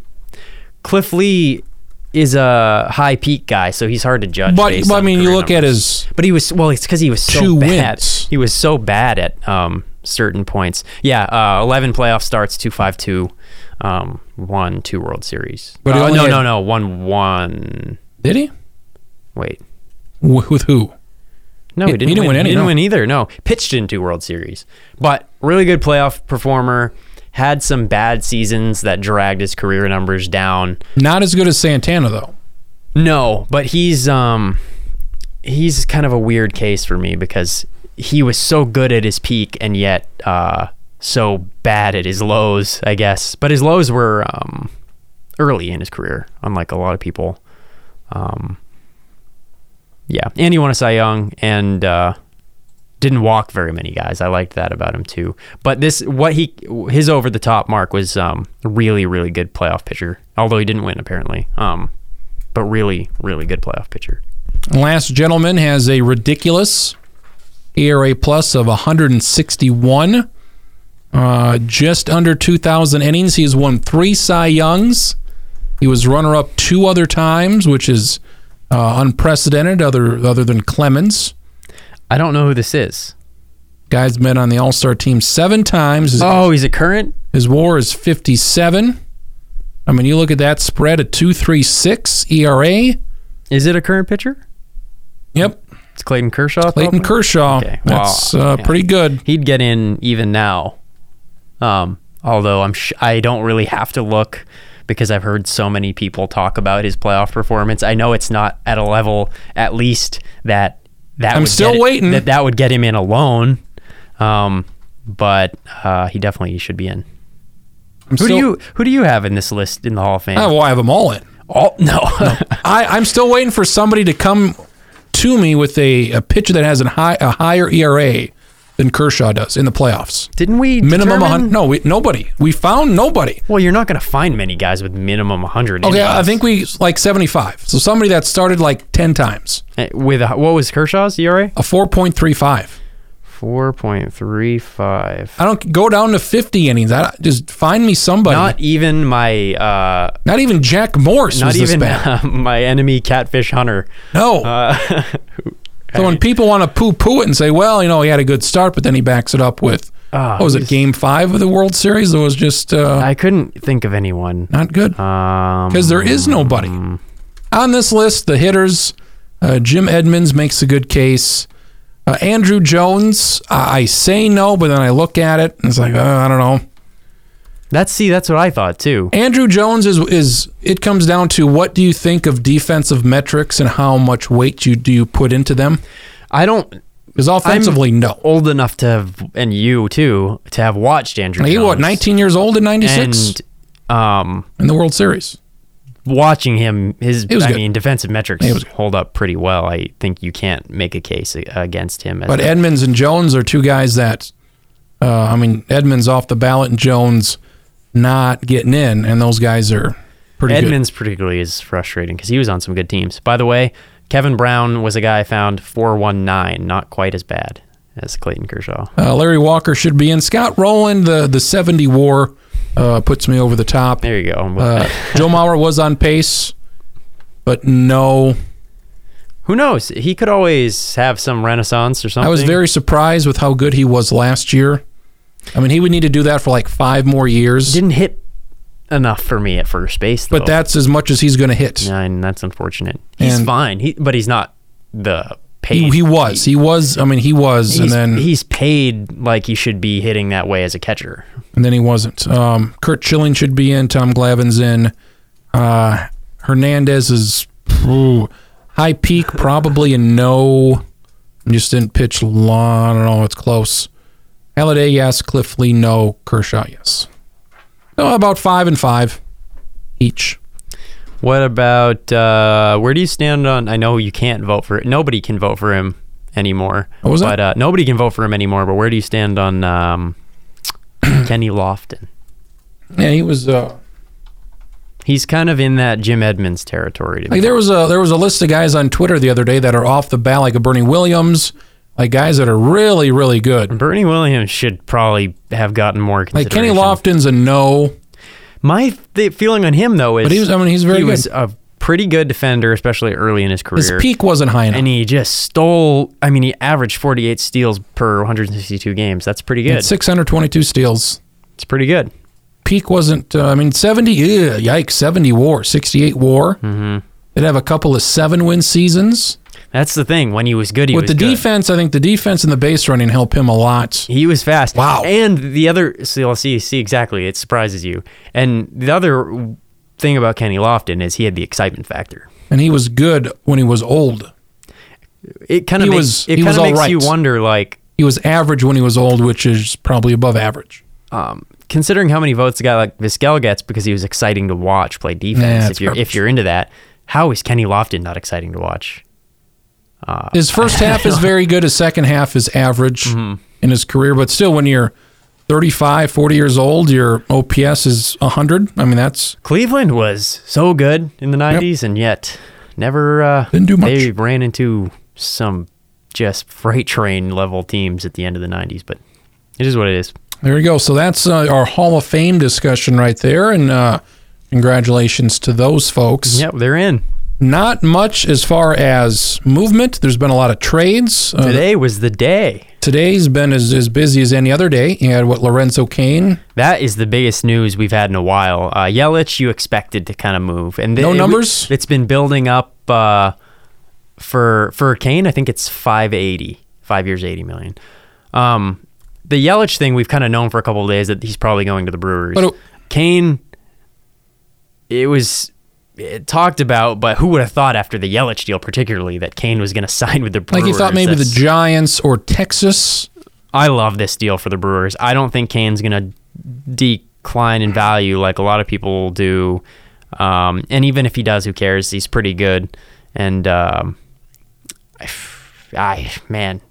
[SPEAKER 2] Cliff Lee is a high peak guy, so he's hard to judge.
[SPEAKER 1] But,
[SPEAKER 2] based
[SPEAKER 1] but I
[SPEAKER 2] on
[SPEAKER 1] mean, you
[SPEAKER 2] career
[SPEAKER 1] look at
[SPEAKER 2] numbers.
[SPEAKER 1] his
[SPEAKER 2] But he was well. It's because he was so
[SPEAKER 1] Two
[SPEAKER 2] bad.
[SPEAKER 1] wins.
[SPEAKER 2] He was so bad at um, certain points. Yeah, uh, eleven playoff starts, two five two, um, one two World Series.
[SPEAKER 1] But
[SPEAKER 2] But
[SPEAKER 1] he only
[SPEAKER 2] no,
[SPEAKER 1] had-
[SPEAKER 2] no, no, one one.
[SPEAKER 1] Did he?
[SPEAKER 2] Wait,
[SPEAKER 1] Wh- With who?
[SPEAKER 2] no,
[SPEAKER 1] He-
[SPEAKER 2] he,
[SPEAKER 1] he
[SPEAKER 2] didn't,
[SPEAKER 1] didn't
[SPEAKER 2] win.
[SPEAKER 1] win any,
[SPEAKER 2] He didn't
[SPEAKER 1] no.
[SPEAKER 2] win either. No, pitched in two World Series, but really good playoff performer. Had some bad seasons that dragged his career numbers down.
[SPEAKER 1] Not as good as Santana though.
[SPEAKER 2] No, but he's um he's kind of a weird case for me because he was so good at his peak and yet uh so bad at his lows, I guess. But his lows were um early in his career, unlike a lot of people. Um yeah, and he won a Cy Young and uh didn't walk very many guys. I liked that about him too. But this what he his over the top mark was um really really good playoff pitcher. Although he didn't win apparently. Um but really, really good playoff pitcher.
[SPEAKER 1] Last gentleman has a ridiculous ERA plus of 161. Uh, just under 2,000 innings. He has won three Cy Youngs. He was runner-up two other times, which is uh, unprecedented. Other other than Clemens,
[SPEAKER 2] I don't know who this is.
[SPEAKER 1] guy's been on the All-Star team seven times. His,
[SPEAKER 2] Oh, he's a current?
[SPEAKER 1] his WAR is 57. I mean, you look at that spread at 2.36 ERA.
[SPEAKER 2] Is it a current pitcher?
[SPEAKER 1] Yep,
[SPEAKER 2] It's Clayton Kershaw.
[SPEAKER 1] Clayton
[SPEAKER 2] probably?
[SPEAKER 1] Kershaw.
[SPEAKER 2] Okay, well,
[SPEAKER 1] That's uh,
[SPEAKER 2] yeah.
[SPEAKER 1] pretty good.
[SPEAKER 2] He'd get in even now. Um, although I'm sh- I don't really have to look because I've heard so many people talk about his playoff performance. I know it's not at a level at least that that
[SPEAKER 1] I'm
[SPEAKER 2] would
[SPEAKER 1] still
[SPEAKER 2] get it-
[SPEAKER 1] waiting.
[SPEAKER 2] that that would get him in alone. Um, but uh, he definitely should be in.
[SPEAKER 1] I'm
[SPEAKER 2] Who
[SPEAKER 1] still,
[SPEAKER 2] do you who do you have in this list in the Hall of Fame?
[SPEAKER 1] Oh, well, I have them all
[SPEAKER 2] (laughs)
[SPEAKER 1] in.
[SPEAKER 2] All- no.
[SPEAKER 1] I, I'm still waiting for somebody to come to me with a, a pitcher that has a, high, a higher ERA than Kershaw does in the playoffs.
[SPEAKER 2] Didn't we
[SPEAKER 1] Minimum
[SPEAKER 2] determine-
[SPEAKER 1] 100. No, we, nobody. We found nobody.
[SPEAKER 2] Well, you're not going to find many guys with minimum 100.
[SPEAKER 1] Okay,
[SPEAKER 2] innings.
[SPEAKER 1] I think we like 75. So somebody that started like 10 times,
[SPEAKER 2] Uh, with a, what was Kershaw's E ERA?
[SPEAKER 1] a 4.35.
[SPEAKER 2] 4.35.
[SPEAKER 1] I don't go down to 50 innings. I just find me somebody.
[SPEAKER 2] Not
[SPEAKER 1] Not,
[SPEAKER 2] even my uh,
[SPEAKER 1] even Jack Morse
[SPEAKER 2] not
[SPEAKER 1] was this
[SPEAKER 2] even
[SPEAKER 1] bad.
[SPEAKER 2] uh, (laughs) my enemy catfish hunter.
[SPEAKER 1] No.
[SPEAKER 2] Uh,
[SPEAKER 1] (laughs) so when people want to poo-poo it and say, "Well, you know, he had a good start, but then he backs it up with
[SPEAKER 2] Ah,
[SPEAKER 1] what was it, Game Five of the World Series? It was just uh,
[SPEAKER 2] I couldn't think of anyone.
[SPEAKER 1] not good."
[SPEAKER 2] Um,
[SPEAKER 1] because there is nobody on this list. The hitters, uh, Jim Edmonds makes a good case. Uh, Andrew Jones, I, I say no, but then I look at it and it's like uh, I don't know.
[SPEAKER 2] that's see, that's what I thought too.
[SPEAKER 1] Andrew Jones is is it comes down to what do you think of defensive metrics and how much weight you do you put into them?
[SPEAKER 2] I don't
[SPEAKER 1] Because offensively, no.
[SPEAKER 2] old enough to have, and you too to have watched Andrew.
[SPEAKER 1] He what
[SPEAKER 2] Jones.
[SPEAKER 1] 19 years old in '96
[SPEAKER 2] and um,
[SPEAKER 1] in the World Series.
[SPEAKER 2] watching him, his
[SPEAKER 1] was
[SPEAKER 2] I
[SPEAKER 1] good.
[SPEAKER 2] mean, defensive metrics
[SPEAKER 1] He was
[SPEAKER 2] hold up pretty well. I think you can't make a case a- against him. As
[SPEAKER 1] But
[SPEAKER 2] a-
[SPEAKER 1] Edmonds and Jones are two guys that, uh, I mean, Edmonds off the ballot and Jones not getting in, and those guys are pretty
[SPEAKER 2] Edmonds particularly is frustrating because he was on some good teams. By the way, Kevin Brown was a guy I found 419, not quite as bad as Clayton Kershaw.
[SPEAKER 1] good. Uh, Larry Walker should be in. Scott Rowland, the the seventy WAR, uh, puts me over the top.
[SPEAKER 2] There you go.
[SPEAKER 1] Uh, Joe Mauer was on pace, but no,
[SPEAKER 2] Who knows? He could always have some renaissance or something.
[SPEAKER 1] I was very surprised with how good he was last year. I mean, he would need to do that for like five more years,
[SPEAKER 2] didn't hit enough for me at first base. Though.
[SPEAKER 1] but that's as much as he's going to hit.
[SPEAKER 2] nine. That's unfortunate. He's
[SPEAKER 1] And-
[SPEAKER 2] fine. He but he's not the
[SPEAKER 1] He,
[SPEAKER 2] paid.
[SPEAKER 1] he was, he was. I mean, he was,
[SPEAKER 2] He's,
[SPEAKER 1] and then
[SPEAKER 2] he's paid like he should be hitting that way as a catcher.
[SPEAKER 1] and then he wasn't. Um, Kurt Schilling should be in. Tom Glavin's in. Uh, Hernandez is ooh, high peak, probably a no. Just didn't pitch long. I don't know. It's close. Halliday, yes. Cliff Lee, no. Kershaw, yes. So about five and five each.
[SPEAKER 2] What about uh, where do you stand on? I know you can't vote for Nobody can vote for him anymore.
[SPEAKER 1] What Oh, was that?
[SPEAKER 2] but uh, nobody can vote for him anymore. But where do you stand on um, (clears throat) Kenny Lofton?
[SPEAKER 1] Yeah, he was. Uh,
[SPEAKER 2] He's kind of in that Jim Edmonds territory. To me.
[SPEAKER 1] Like there was a there was a list of guys on Twitter the other day that are off the bat, like a Bernie Williams, like guys that are really really good.
[SPEAKER 2] Bernie Williams should probably have gotten more
[SPEAKER 1] Like
[SPEAKER 2] consideration.
[SPEAKER 1] Kenny Lofton's a no.
[SPEAKER 2] My th- feeling on him though is
[SPEAKER 1] But he was- I mean, he's very
[SPEAKER 2] he
[SPEAKER 1] good.
[SPEAKER 2] was a pretty good defender, especially early in his career.
[SPEAKER 1] His peak wasn't high enough.
[SPEAKER 2] and he just stole. I mean, he averaged 48 steals per 162 games. That's pretty
[SPEAKER 1] He
[SPEAKER 2] good.
[SPEAKER 1] had 622 steals.
[SPEAKER 2] It's pretty good.
[SPEAKER 1] Peak wasn't. Uh, I mean, 70. Ugh, yikes, 70 WAR, 68 WAR. Mm-hmm. They'd have a couple of seven win seasons.
[SPEAKER 2] That's the thing. When he was good, he
[SPEAKER 1] With
[SPEAKER 2] was
[SPEAKER 1] the
[SPEAKER 2] good.
[SPEAKER 1] defense, I think the defense and the base running help him a lot.
[SPEAKER 2] He was fast.
[SPEAKER 1] Wow.
[SPEAKER 2] And the other, see, I'll see, see, exactly. It surprises you. And the other thing about Kenny Lofton is he had the excitement factor.
[SPEAKER 1] And he was good when he was old.
[SPEAKER 2] It kind of
[SPEAKER 1] He
[SPEAKER 2] makes,
[SPEAKER 1] was-
[SPEAKER 2] it
[SPEAKER 1] he
[SPEAKER 2] kind
[SPEAKER 1] was
[SPEAKER 2] of
[SPEAKER 1] all
[SPEAKER 2] makes you
[SPEAKER 1] right.
[SPEAKER 2] wonder, like,
[SPEAKER 1] He was average when he was old, which is probably above average.
[SPEAKER 2] um, considering how many votes a guy like Vizquel gets because he was exciting to watch play defense.
[SPEAKER 1] it's
[SPEAKER 2] if you're if
[SPEAKER 1] garbage.
[SPEAKER 2] you're into that, how is Kenny Lofton not exciting to watch? Uh,
[SPEAKER 1] His
[SPEAKER 2] (laughs)
[SPEAKER 1] first half is very good. His second half is average
[SPEAKER 2] Mm-hmm.
[SPEAKER 1] in his career. But still, when you're 35, 40 years old, your OPS is 100. I mean, that's
[SPEAKER 2] Cleveland was so good in the '90s, and yet never uh,
[SPEAKER 1] Didn't do
[SPEAKER 2] They
[SPEAKER 1] much.
[SPEAKER 2] ran into some just freight train level teams at the end of the '90s, but it is what it is.
[SPEAKER 1] There you go. So that's uh, our Hall of Fame discussion right there, and uh, congratulations to those folks.
[SPEAKER 2] Yep, they're in.
[SPEAKER 1] Not much as far as movement. There's been a lot of trades. Uh,
[SPEAKER 2] Today was the day.
[SPEAKER 1] Today's been as, as busy as any other day. You had what Lorenzo Kane.
[SPEAKER 2] That is the biggest news we've had in a while. Uh, Yelich, you expected to kind of move, and
[SPEAKER 1] No
[SPEAKER 2] it-
[SPEAKER 1] numbers?
[SPEAKER 2] It's been building up uh, for for Kane. I think it's 580, five years, eighty million. Um, the Yelich thing we've kind of known for a couple of days that he's probably going to the Brewers.
[SPEAKER 1] But uh, it-
[SPEAKER 2] Kane, it was it talked about, but who would have thought after the (laughs) Yelich deal, particularly that Kane was going to sign with the Brewers?
[SPEAKER 1] Like you thought maybe the
[SPEAKER 2] That's-
[SPEAKER 1] Giants or Texas
[SPEAKER 2] I love this deal for the Brewers. I don't think Kane's going to decline in value like a lot of people do. Um, and even if he does, who cares? He's pretty good. And um, I, I man,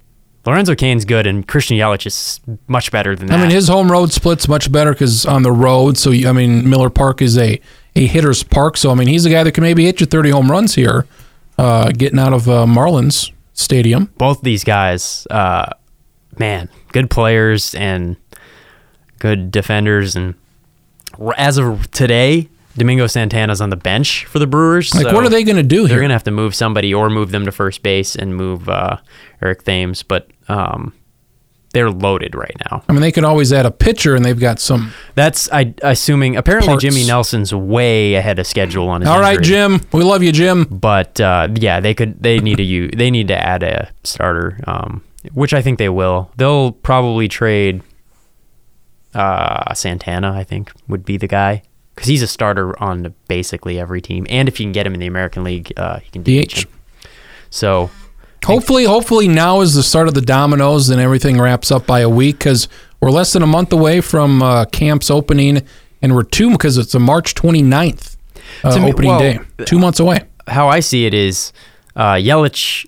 [SPEAKER 2] Lorenzo Kane's good, and Christian Yelich is much better than that.
[SPEAKER 1] I mean, his home road split's much better because on the road. So you- I mean, Miller Park is a a hitter's park. So I mean, he's a guy that can maybe hit you 30 home runs here, uh, getting out of uh, Marlins Stadium.
[SPEAKER 2] both these guys, uh, man, good players and good defenders. And r- as of today, Domingo Santana's on the bench for the Brewers.
[SPEAKER 1] Like,
[SPEAKER 2] so
[SPEAKER 1] what are they going to do
[SPEAKER 2] They're
[SPEAKER 1] here?
[SPEAKER 2] going to have to move somebody or move them to first base and move uh, Eric Thames. But um, they're loaded right now.
[SPEAKER 1] I mean, they can always add a pitcher, and they've got some.
[SPEAKER 2] That's I assuming. Apparently,
[SPEAKER 1] Parts.
[SPEAKER 2] Jimmy Nelson's way ahead of schedule on his.
[SPEAKER 1] All right,
[SPEAKER 2] injury.
[SPEAKER 1] Jim, we love you, Jim.
[SPEAKER 2] but uh, yeah, they could. They need to you. They need to add a starter, um, which I think they will. They'll probably trade uh, Santana. I think would be the guy because he's a starter on basically every team, and if you can get him in the American League, uh, you can DH.
[SPEAKER 1] DH.
[SPEAKER 2] him. So
[SPEAKER 1] Hopefully, hopefully now is the start of the dominoes, and everything wraps up by a week because we're less than a month away from uh, camps opening, and we're two because it's a March 29th uh,
[SPEAKER 2] To me-
[SPEAKER 1] opening
[SPEAKER 2] well,
[SPEAKER 1] day, two months away.
[SPEAKER 2] how I see it is uh, Yelich,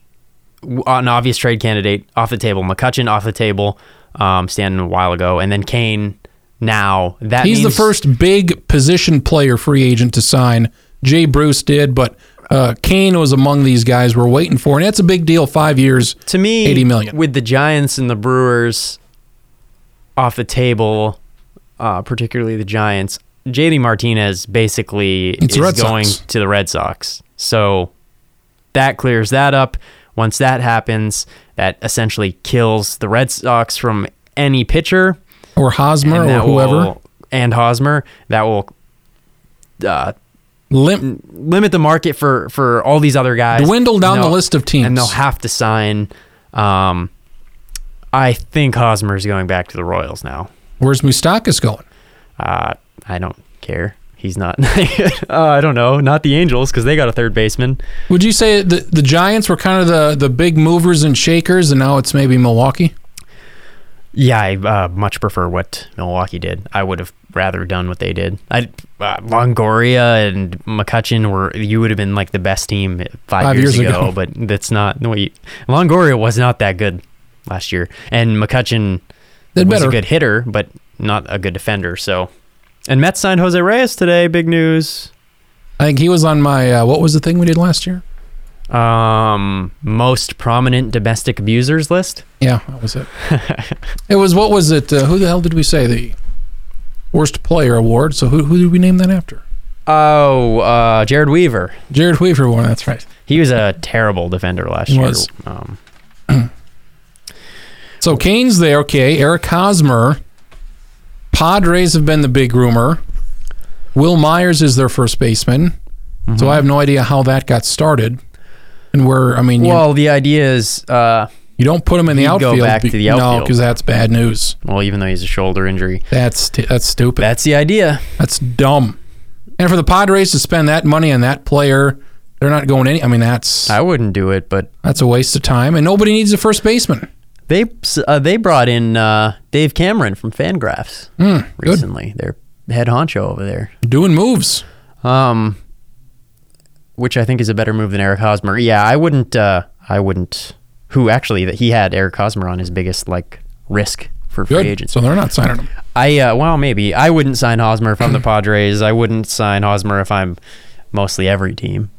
[SPEAKER 2] w- uh, an obvious trade candidate, off the table. McCutcheon off the table, um, standing a while ago, and then Kane. Now that
[SPEAKER 1] He's the
[SPEAKER 2] means-
[SPEAKER 1] first big position player free agent to sign. Jay Bruce did, but uh, Kane was among these guys we're waiting for, and that's a big deal. Five years.
[SPEAKER 2] to me
[SPEAKER 1] 80 million.
[SPEAKER 2] with the Giants and the Brewers off the table, uh, particularly the Giants. JD Martinez basically
[SPEAKER 1] It's
[SPEAKER 2] is
[SPEAKER 1] Red Sox.
[SPEAKER 2] going to the Red Sox, so that clears that up. Once that happens, that essentially kills the Red Sox from any pitcher
[SPEAKER 1] or Hosmer or
[SPEAKER 2] that
[SPEAKER 1] whoever.
[SPEAKER 2] will- and Hosmer. That will uh,
[SPEAKER 1] Lim-
[SPEAKER 2] limit the market for for all these other guys.
[SPEAKER 1] dwindle down the
[SPEAKER 2] No-
[SPEAKER 1] list of teams.
[SPEAKER 2] and they'll have to sign. Um, I think Hosmer's going back to the Royals now.
[SPEAKER 1] Where's Mustakas going?
[SPEAKER 2] Uh, I don't care. He's not. (laughs) uh, I don't know. Not the Angels because they got a third baseman.
[SPEAKER 1] Would you say the, the Giants were kind of the, the big movers and shakers, and now it's maybe Milwaukee?
[SPEAKER 2] Yeah, I uh, much prefer what Milwaukee did. I would have rather done what they did. I uh, Longoria and McCutcheon were. You would have been like the best team five,
[SPEAKER 1] Five
[SPEAKER 2] years,
[SPEAKER 1] years
[SPEAKER 2] ago,
[SPEAKER 1] ago.
[SPEAKER 2] but that's not. No, you, Longoria was not that good last year, and McCutcheon
[SPEAKER 1] Did
[SPEAKER 2] was
[SPEAKER 1] better.
[SPEAKER 2] a good hitter, but not a good defender. So, and Mets signed Jose Reyes today. Big news.
[SPEAKER 1] I think he was on my uh, what was the thing we did last year?
[SPEAKER 2] Um, most prominent domestic abusers list.
[SPEAKER 1] Yeah, that was
[SPEAKER 2] (laughs)
[SPEAKER 1] it. it was what was it? Uh, who the hell did we say the worst player award? So who who did we name that after?
[SPEAKER 2] Oh, uh, Jared Weaver.
[SPEAKER 1] Jared Weaver won. That's right.
[SPEAKER 2] He was a terrible defender last
[SPEAKER 1] He
[SPEAKER 2] year.
[SPEAKER 1] was.
[SPEAKER 2] Um,
[SPEAKER 1] So Kane's there. Okay. Eric Hosmer. Padres have been the big rumor. Will Myers is their first baseman.
[SPEAKER 2] Mm-hmm.
[SPEAKER 1] So I have no idea how that got started. And where, I mean, you,
[SPEAKER 2] well, the idea is, uh,
[SPEAKER 1] you don't put him in the
[SPEAKER 2] he'd go
[SPEAKER 1] outfield.
[SPEAKER 2] back
[SPEAKER 1] be-
[SPEAKER 2] to the
[SPEAKER 1] No,
[SPEAKER 2] outfield.
[SPEAKER 1] because that's bad news.
[SPEAKER 2] well, even though he's a shoulder injury,
[SPEAKER 1] That's t- that's stupid.
[SPEAKER 2] that's the idea.
[SPEAKER 1] That's dumb. And for the Padres to spend that money on that player, they're not going any. I mean, that's
[SPEAKER 2] I wouldn't do it, but
[SPEAKER 1] that's a waste of time. And nobody needs a first baseman.
[SPEAKER 2] They uh, they brought in uh, Dave Cameron from Fangraphs
[SPEAKER 1] Hmm, good.
[SPEAKER 2] recently. Their head honcho over there,
[SPEAKER 1] Doing moves.
[SPEAKER 2] um, which I think is a better move than Eric Hosmer. Yeah, I wouldn't. Uh, I wouldn't. Who actually? That he had Eric Hosmer on his biggest like risk for free
[SPEAKER 1] Good.
[SPEAKER 2] agents.
[SPEAKER 1] So they're not signing him.
[SPEAKER 2] I uh, well maybe I wouldn't sign
[SPEAKER 1] (clears throat)
[SPEAKER 2] Hosmer from the Padres. I wouldn't sign Hosmer if I'm mostly every team.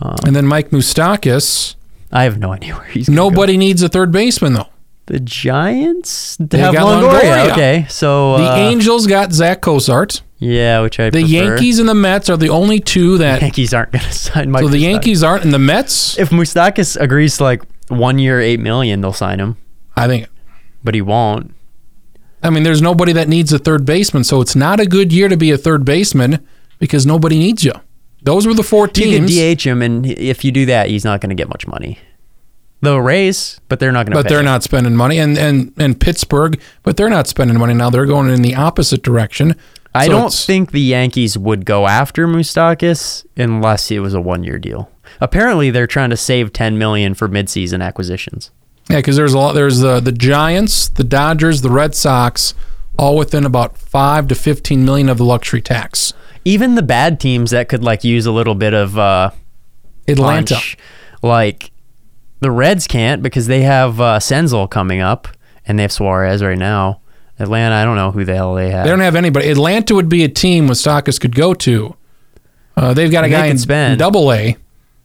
[SPEAKER 2] Um,
[SPEAKER 1] And then Mike Moustakis.
[SPEAKER 2] I have no idea where he's. gonna go.
[SPEAKER 1] Nobody needs a third baseman though.
[SPEAKER 2] The Giants
[SPEAKER 1] They
[SPEAKER 2] have
[SPEAKER 1] got
[SPEAKER 2] Longoria.
[SPEAKER 1] Longoria.
[SPEAKER 2] Okay, so
[SPEAKER 1] The
[SPEAKER 2] uh,
[SPEAKER 1] Angels got Zach Cozart.
[SPEAKER 2] yeah, which I
[SPEAKER 1] The
[SPEAKER 2] (laughs)
[SPEAKER 1] Yankees and the Mets are the only two that.
[SPEAKER 2] Yankees aren't going to (laughs) sign Mike.
[SPEAKER 1] So the
[SPEAKER 2] Moustakas.
[SPEAKER 1] Yankees aren't, and the Mets.
[SPEAKER 2] if Mustakis agrees to like one year, eight million, they'll sign him,
[SPEAKER 1] I think.
[SPEAKER 2] but he won't.
[SPEAKER 1] I mean, there's nobody that needs a third baseman, so it's not a good year to be a third baseman because nobody needs you. Those were the four
[SPEAKER 2] You can
[SPEAKER 1] teams,
[SPEAKER 2] DH him, and if you do that, he's not going to get much money. They'll raise, but they're not going to.
[SPEAKER 1] but they're not spending money, and and and Pittsburgh, but they're not spending money now. They're going in the opposite direction.
[SPEAKER 2] I
[SPEAKER 1] So
[SPEAKER 2] don't
[SPEAKER 1] it's-
[SPEAKER 2] think the Yankees would go after Mustakis unless it was a one year deal. Apparently, they're trying to save ten million for midseason acquisitions.
[SPEAKER 1] Yeah, because there's a lot. There's uh, the the Giants, the Dodgers, the Red Sox, all within about five to fifteen million of the luxury tax.
[SPEAKER 2] Even the bad teams that could like use a little bit of uh,
[SPEAKER 1] Atlanta,
[SPEAKER 2] punch, like the Reds can't because they have uh, Senzel coming up and they have Suarez right now. Atlanta, I don't know who the hell they have.
[SPEAKER 1] they don't have anybody. Atlanta would be a team Mustakas could go to. Uh, they've got a
[SPEAKER 2] And they
[SPEAKER 1] guy
[SPEAKER 2] could
[SPEAKER 1] in,
[SPEAKER 2] spend.
[SPEAKER 1] in Double A,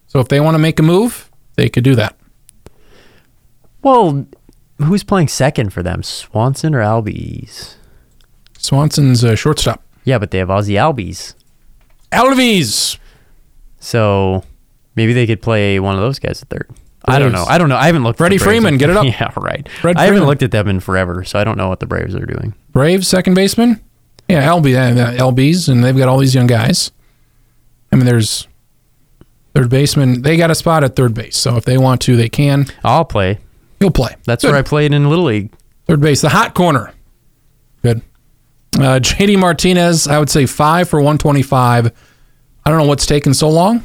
[SPEAKER 1] so if they want to make a move, they could do that.
[SPEAKER 2] well, who's playing second for them? Swanson or Albies?
[SPEAKER 1] Swanson's uh, shortstop,
[SPEAKER 2] Yeah, but they have Ozzy Albies.
[SPEAKER 1] Alves.
[SPEAKER 2] So maybe they could play one of those guys at third. I don't know.
[SPEAKER 1] Braves.
[SPEAKER 2] I don't know. I haven't looked.
[SPEAKER 1] Freddie
[SPEAKER 2] at the Braves.
[SPEAKER 1] Freeman, get it up.
[SPEAKER 2] (laughs) Yeah, right.
[SPEAKER 1] Fred
[SPEAKER 2] I haven't
[SPEAKER 1] Freeman.
[SPEAKER 2] looked at them in forever, so I don't know what the Braves are doing.
[SPEAKER 1] Braves second baseman. Yeah, LB, uh, LBs, and they've got all these young guys. I mean, there's third baseman. They got a spot at third base, so if they want to, they can.
[SPEAKER 2] I'll play.
[SPEAKER 1] He'll play.
[SPEAKER 2] That's
[SPEAKER 1] Good.
[SPEAKER 2] where I played in Little League.
[SPEAKER 1] Third base, the hot corner. Good. Uh, JD Martinez, I would say five for 125. I don't know what's taken so long.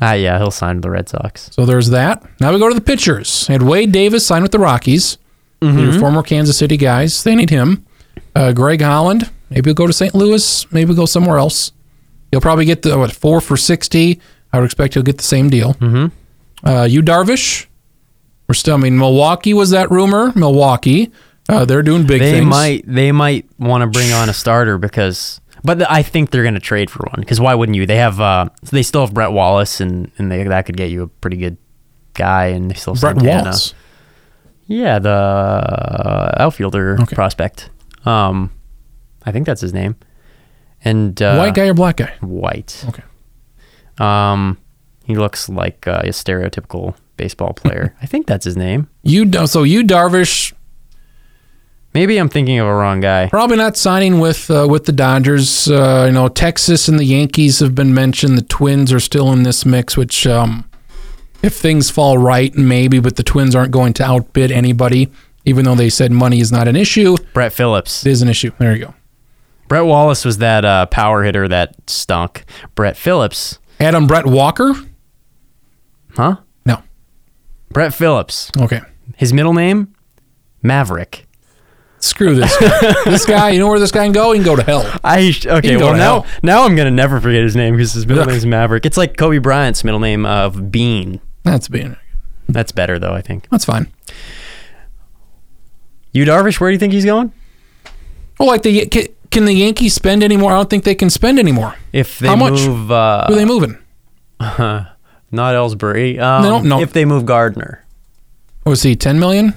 [SPEAKER 2] Ah, yeah, he'll sign with the Red Sox.
[SPEAKER 1] So there's that. Now we go to the pitchers. Had Wade Davis signed with the Rockies.
[SPEAKER 2] Mm-hmm.
[SPEAKER 1] Your former Kansas City guys. They need him. Uh, Greg Holland. Maybe he'll go to St. Louis. Maybe he'll go somewhere else. He'll probably get the what four for sixty. I would expect he'll get the same deal.
[SPEAKER 2] Mhm.
[SPEAKER 1] Uh, you Darvish. We're still. I mean, Milwaukee was that rumor. Milwaukee. Uh, they're doing big
[SPEAKER 2] They
[SPEAKER 1] things.
[SPEAKER 2] might. They might want to bring on a starter because. But the, I think they're going to trade for one because why wouldn't you? They have. Uh, they still have Brett Wallace, and and they, that could get you a pretty good guy, and they still have
[SPEAKER 1] Brett
[SPEAKER 2] Santana.
[SPEAKER 1] Walls.
[SPEAKER 2] Yeah, the uh, outfielder
[SPEAKER 1] Okay.
[SPEAKER 2] prospect. Um, I think that's his name. And uh,
[SPEAKER 1] White guy or black guy?
[SPEAKER 2] White.
[SPEAKER 1] Okay.
[SPEAKER 2] Um, he looks like uh, a stereotypical
[SPEAKER 1] (laughs)
[SPEAKER 2] baseball player. I think that's his name.
[SPEAKER 1] You Dar- so you Darvish
[SPEAKER 2] Maybe I'm thinking of a wrong guy.
[SPEAKER 1] Probably not signing with uh, with the Dodgers. Uh, you know, Texas and the Yankees have been mentioned. The Twins are still in this mix, which um, if things fall right, maybe. But the Twins aren't going to outbid anybody, even though they said money is not an issue.
[SPEAKER 2] Brett Phillips.
[SPEAKER 1] It is an issue. There you go.
[SPEAKER 2] Brett Wallace was that uh, power hitter that stunk. Brett Phillips,
[SPEAKER 1] Adam Brett Walker.
[SPEAKER 2] huh?
[SPEAKER 1] No.
[SPEAKER 2] Brett Phillips.
[SPEAKER 1] Okay.
[SPEAKER 2] His middle name, Maverick.
[SPEAKER 1] Screw this. Guy. (laughs) this guy. You know where this guy can go? He can go to hell.
[SPEAKER 2] I okay.
[SPEAKER 1] can go
[SPEAKER 2] Well,
[SPEAKER 1] to
[SPEAKER 2] now
[SPEAKER 1] hell.
[SPEAKER 2] now I'm gonna never forget his name because his middle
[SPEAKER 1] Ugh.
[SPEAKER 2] name's Maverick. It's like Kobe Bryant's middle name of Bean.
[SPEAKER 1] That's being.
[SPEAKER 2] That's better though, I think.
[SPEAKER 1] That's fine.
[SPEAKER 2] You Darvish, where do you think he's going?
[SPEAKER 1] Well, like the can, can the Yankees spend anymore? I don't think they can spend anymore.
[SPEAKER 2] If they
[SPEAKER 1] How much?
[SPEAKER 2] move, uh,
[SPEAKER 1] Who are they moving?
[SPEAKER 2] (laughs) not Ellsbury. Um,
[SPEAKER 1] No, no.
[SPEAKER 2] If they move Gardner,
[SPEAKER 1] What was he? Ten million?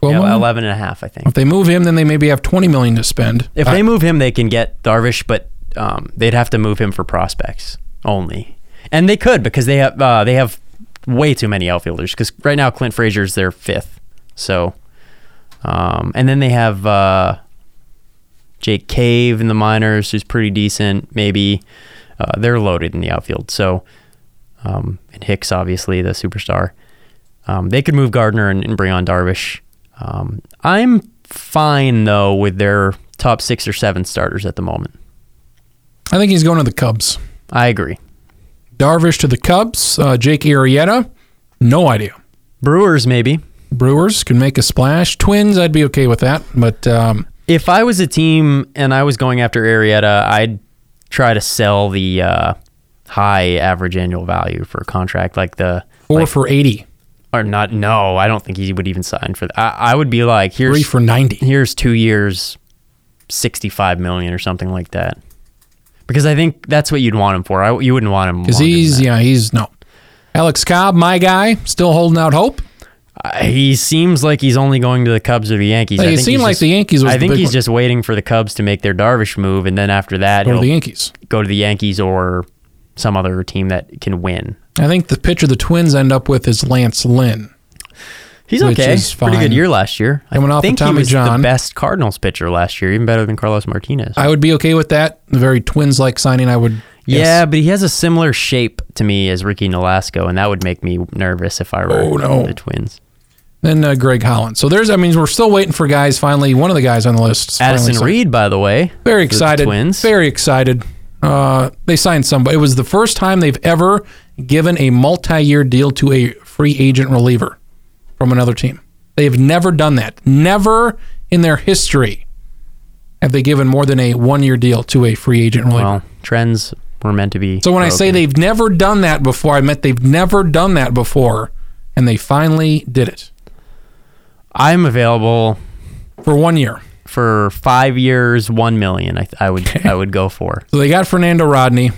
[SPEAKER 1] Twelve
[SPEAKER 2] yeah,
[SPEAKER 1] million?
[SPEAKER 2] 11 and a half, I think.
[SPEAKER 1] If they move him, then they maybe have twenty million to spend.
[SPEAKER 2] If
[SPEAKER 1] I-
[SPEAKER 2] they move him, they can get Darvish, but um, they'd have to move him for prospects only, and they could because they have uh, they have way too many outfielders. Because right now Clint Frazier's their fifth, so um, and then they have uh, Jake Cave in the minors, who's pretty decent. Maybe uh, they're loaded in the outfield. So um, and Hicks, obviously the superstar. Um, they could move Gardner and, and bring on Darvish. Um, I'm fine though with their top six or seven starters at the moment.
[SPEAKER 1] I think he's going to the Cubs.
[SPEAKER 2] I agree.
[SPEAKER 1] Darvish to the Cubs. Uh, Jake Arrieta, no idea.
[SPEAKER 2] Brewers maybe.
[SPEAKER 1] Brewers can make a splash. Twins, I'd be okay with that, but um,
[SPEAKER 2] If I was a team and I was going after Arietta, I'd try to sell the uh, high average annual value for a contract like the
[SPEAKER 1] four
[SPEAKER 2] like-
[SPEAKER 1] for eighty,
[SPEAKER 2] or not. No, I don't think he would even sign for that. I, I would be like, here's
[SPEAKER 1] three for ninety.
[SPEAKER 2] here's two years, 65 million or something like that. Because I think that's what you'd want him for. I, you wouldn't want him
[SPEAKER 1] Because
[SPEAKER 2] longer than
[SPEAKER 1] he's
[SPEAKER 2] that.
[SPEAKER 1] yeah, he's no. Alex Cobb, my guy, still holding out hope.
[SPEAKER 2] I- Uh, he seems like he's only going to the Cubs or the Yankees.
[SPEAKER 1] Like,
[SPEAKER 2] I
[SPEAKER 1] it
[SPEAKER 2] think
[SPEAKER 1] seemed
[SPEAKER 2] he's
[SPEAKER 1] like
[SPEAKER 2] just-
[SPEAKER 1] the Yankees was
[SPEAKER 2] I
[SPEAKER 1] the
[SPEAKER 2] think
[SPEAKER 1] big
[SPEAKER 2] he's
[SPEAKER 1] one.
[SPEAKER 2] just waiting for the Cubs to make their Darvish move, and then after that
[SPEAKER 1] Go to
[SPEAKER 2] he'll
[SPEAKER 1] the Yankees.
[SPEAKER 2] go to the Yankees or some other team that can win.
[SPEAKER 1] I think the pitcher the Twins end up with is Lance Lynn.
[SPEAKER 2] He's
[SPEAKER 1] Which
[SPEAKER 2] okay.
[SPEAKER 1] is
[SPEAKER 2] Pretty
[SPEAKER 1] fine.
[SPEAKER 2] good year last year.
[SPEAKER 1] Coming
[SPEAKER 2] I
[SPEAKER 1] off of
[SPEAKER 2] think
[SPEAKER 1] Tommy
[SPEAKER 2] he was
[SPEAKER 1] John.
[SPEAKER 2] the best Cardinals pitcher last year, even better than Carlos Martinez.
[SPEAKER 1] I would be okay with that. The very Twins like signing, I would.
[SPEAKER 2] Yeah,
[SPEAKER 1] yes.
[SPEAKER 2] but he has a similar shape to me as Ricky Nolasco, and that would make me nervous if I were
[SPEAKER 1] Oh, no.
[SPEAKER 2] the Twins.
[SPEAKER 1] Then uh, Greg Holland. So there's, I mean, we're still waiting for guys. Finally, one of the guys on the list. is finally
[SPEAKER 2] Addison
[SPEAKER 1] signed.
[SPEAKER 2] Reed, by the way,
[SPEAKER 1] Very
[SPEAKER 2] for the
[SPEAKER 1] excited.
[SPEAKER 2] Twins.
[SPEAKER 1] Very excited. Uh, they signed somebody. It was the first time they've ever given a multi-year deal to a free agent reliever from another team. They have never done that. Never in their history have they given more than a one year deal to a free agent reliever.
[SPEAKER 2] Well, trends were meant to be.
[SPEAKER 1] So when I say
[SPEAKER 2] broken.
[SPEAKER 1] they've never done that before, I meant they've never done that before, and they finally did it
[SPEAKER 2] I'm available
[SPEAKER 1] for one year.
[SPEAKER 2] for five years, one million. I, th- I
[SPEAKER 1] (laughs)
[SPEAKER 2] would I would go for.
[SPEAKER 1] So they got Fernando Rodney.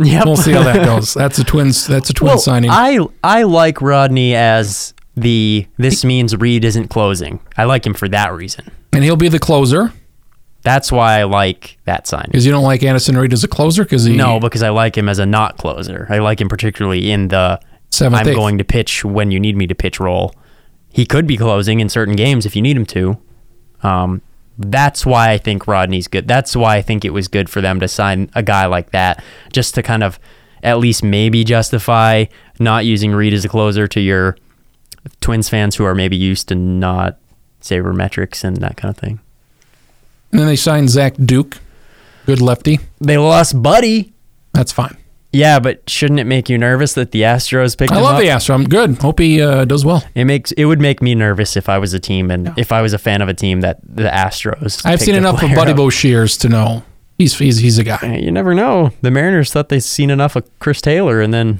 [SPEAKER 2] Yeah,
[SPEAKER 1] We'll see how (laughs) that goes. That's a twins. That's a twin
[SPEAKER 2] well,
[SPEAKER 1] signing.
[SPEAKER 2] I I like Rodney as the this means Reed isn't closing. I like him for that reason.
[SPEAKER 1] and he'll be the closer
[SPEAKER 2] That's why I like that signing.
[SPEAKER 1] because you don't like Anderson Reed as a closer because he
[SPEAKER 2] No, because I like him as a not closer. I like him particularly in the
[SPEAKER 1] Seventh,
[SPEAKER 2] I'm
[SPEAKER 1] eighth.
[SPEAKER 2] going to pitch when you need me to pitch role. He could be closing in certain games if you need him to. Um, that's why I think Rodney's good. That's why I think it was good for them to sign a guy like that, just to kind of at least maybe justify not using Reed as a closer to your Twins fans who are maybe used to not sabermetrics and that kind of thing.
[SPEAKER 1] And then they signed Zach Duke, good lefty.
[SPEAKER 2] They lost Buddy.
[SPEAKER 1] That's fine.
[SPEAKER 2] Yeah, but shouldn't it make you nervous that the Astros picked
[SPEAKER 1] I
[SPEAKER 2] him
[SPEAKER 1] love
[SPEAKER 2] up?
[SPEAKER 1] the Astro. I'm good. Hope he uh, does well.
[SPEAKER 2] It makes it would make me nervous if I was a team and if I was a fan of a team that the Astros.
[SPEAKER 1] I've
[SPEAKER 2] picked
[SPEAKER 1] seen
[SPEAKER 2] a
[SPEAKER 1] enough of
[SPEAKER 2] player
[SPEAKER 1] Buddy
[SPEAKER 2] up.
[SPEAKER 1] Boshears to know he's he's he's a guy.
[SPEAKER 2] (laughs) You never know. The Mariners thought they'd seen enough of Chris Taylor, and then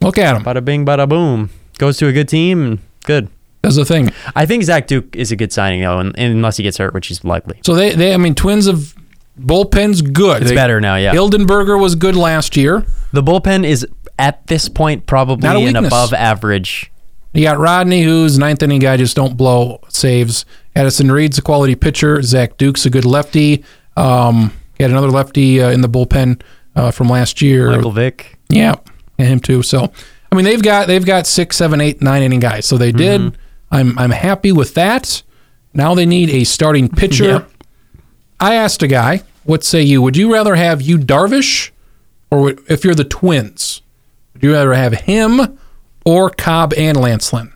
[SPEAKER 1] Look at him.
[SPEAKER 2] bada bing, bada boom, goes to a good team. and Good.
[SPEAKER 1] That's the thing.
[SPEAKER 2] I think Zach Duke is a good signing though, un- unless he gets hurt, which is likely.
[SPEAKER 1] So they they I mean Twins of bullpen's good.
[SPEAKER 2] It's
[SPEAKER 1] They-
[SPEAKER 2] better now, yeah.
[SPEAKER 1] Hildenberger was good last year.
[SPEAKER 2] The bullpen is at this
[SPEAKER 1] Not
[SPEAKER 2] point
[SPEAKER 1] a
[SPEAKER 2] probably an
[SPEAKER 1] weakness.
[SPEAKER 2] above average.
[SPEAKER 1] You got Rodney, who's ninth inning guy, just don't blow saves. Addison Reed's a quality pitcher. Zach Duke's a good lefty. Um, he had another lefty uh, in the bullpen uh, from last year.
[SPEAKER 2] Michael Vick.
[SPEAKER 1] Yeah, and him too. So I mean, they've got they've got six, seven, eight, nine inning guys. So they did. I'm I'm happy with that. Now they need a starting pitcher.
[SPEAKER 2] Yeah.
[SPEAKER 1] I asked a guy, "What say you? Would you rather have you Darvish, or would, if you're the Twins, would you rather have him or Cobb and Lance Lynn?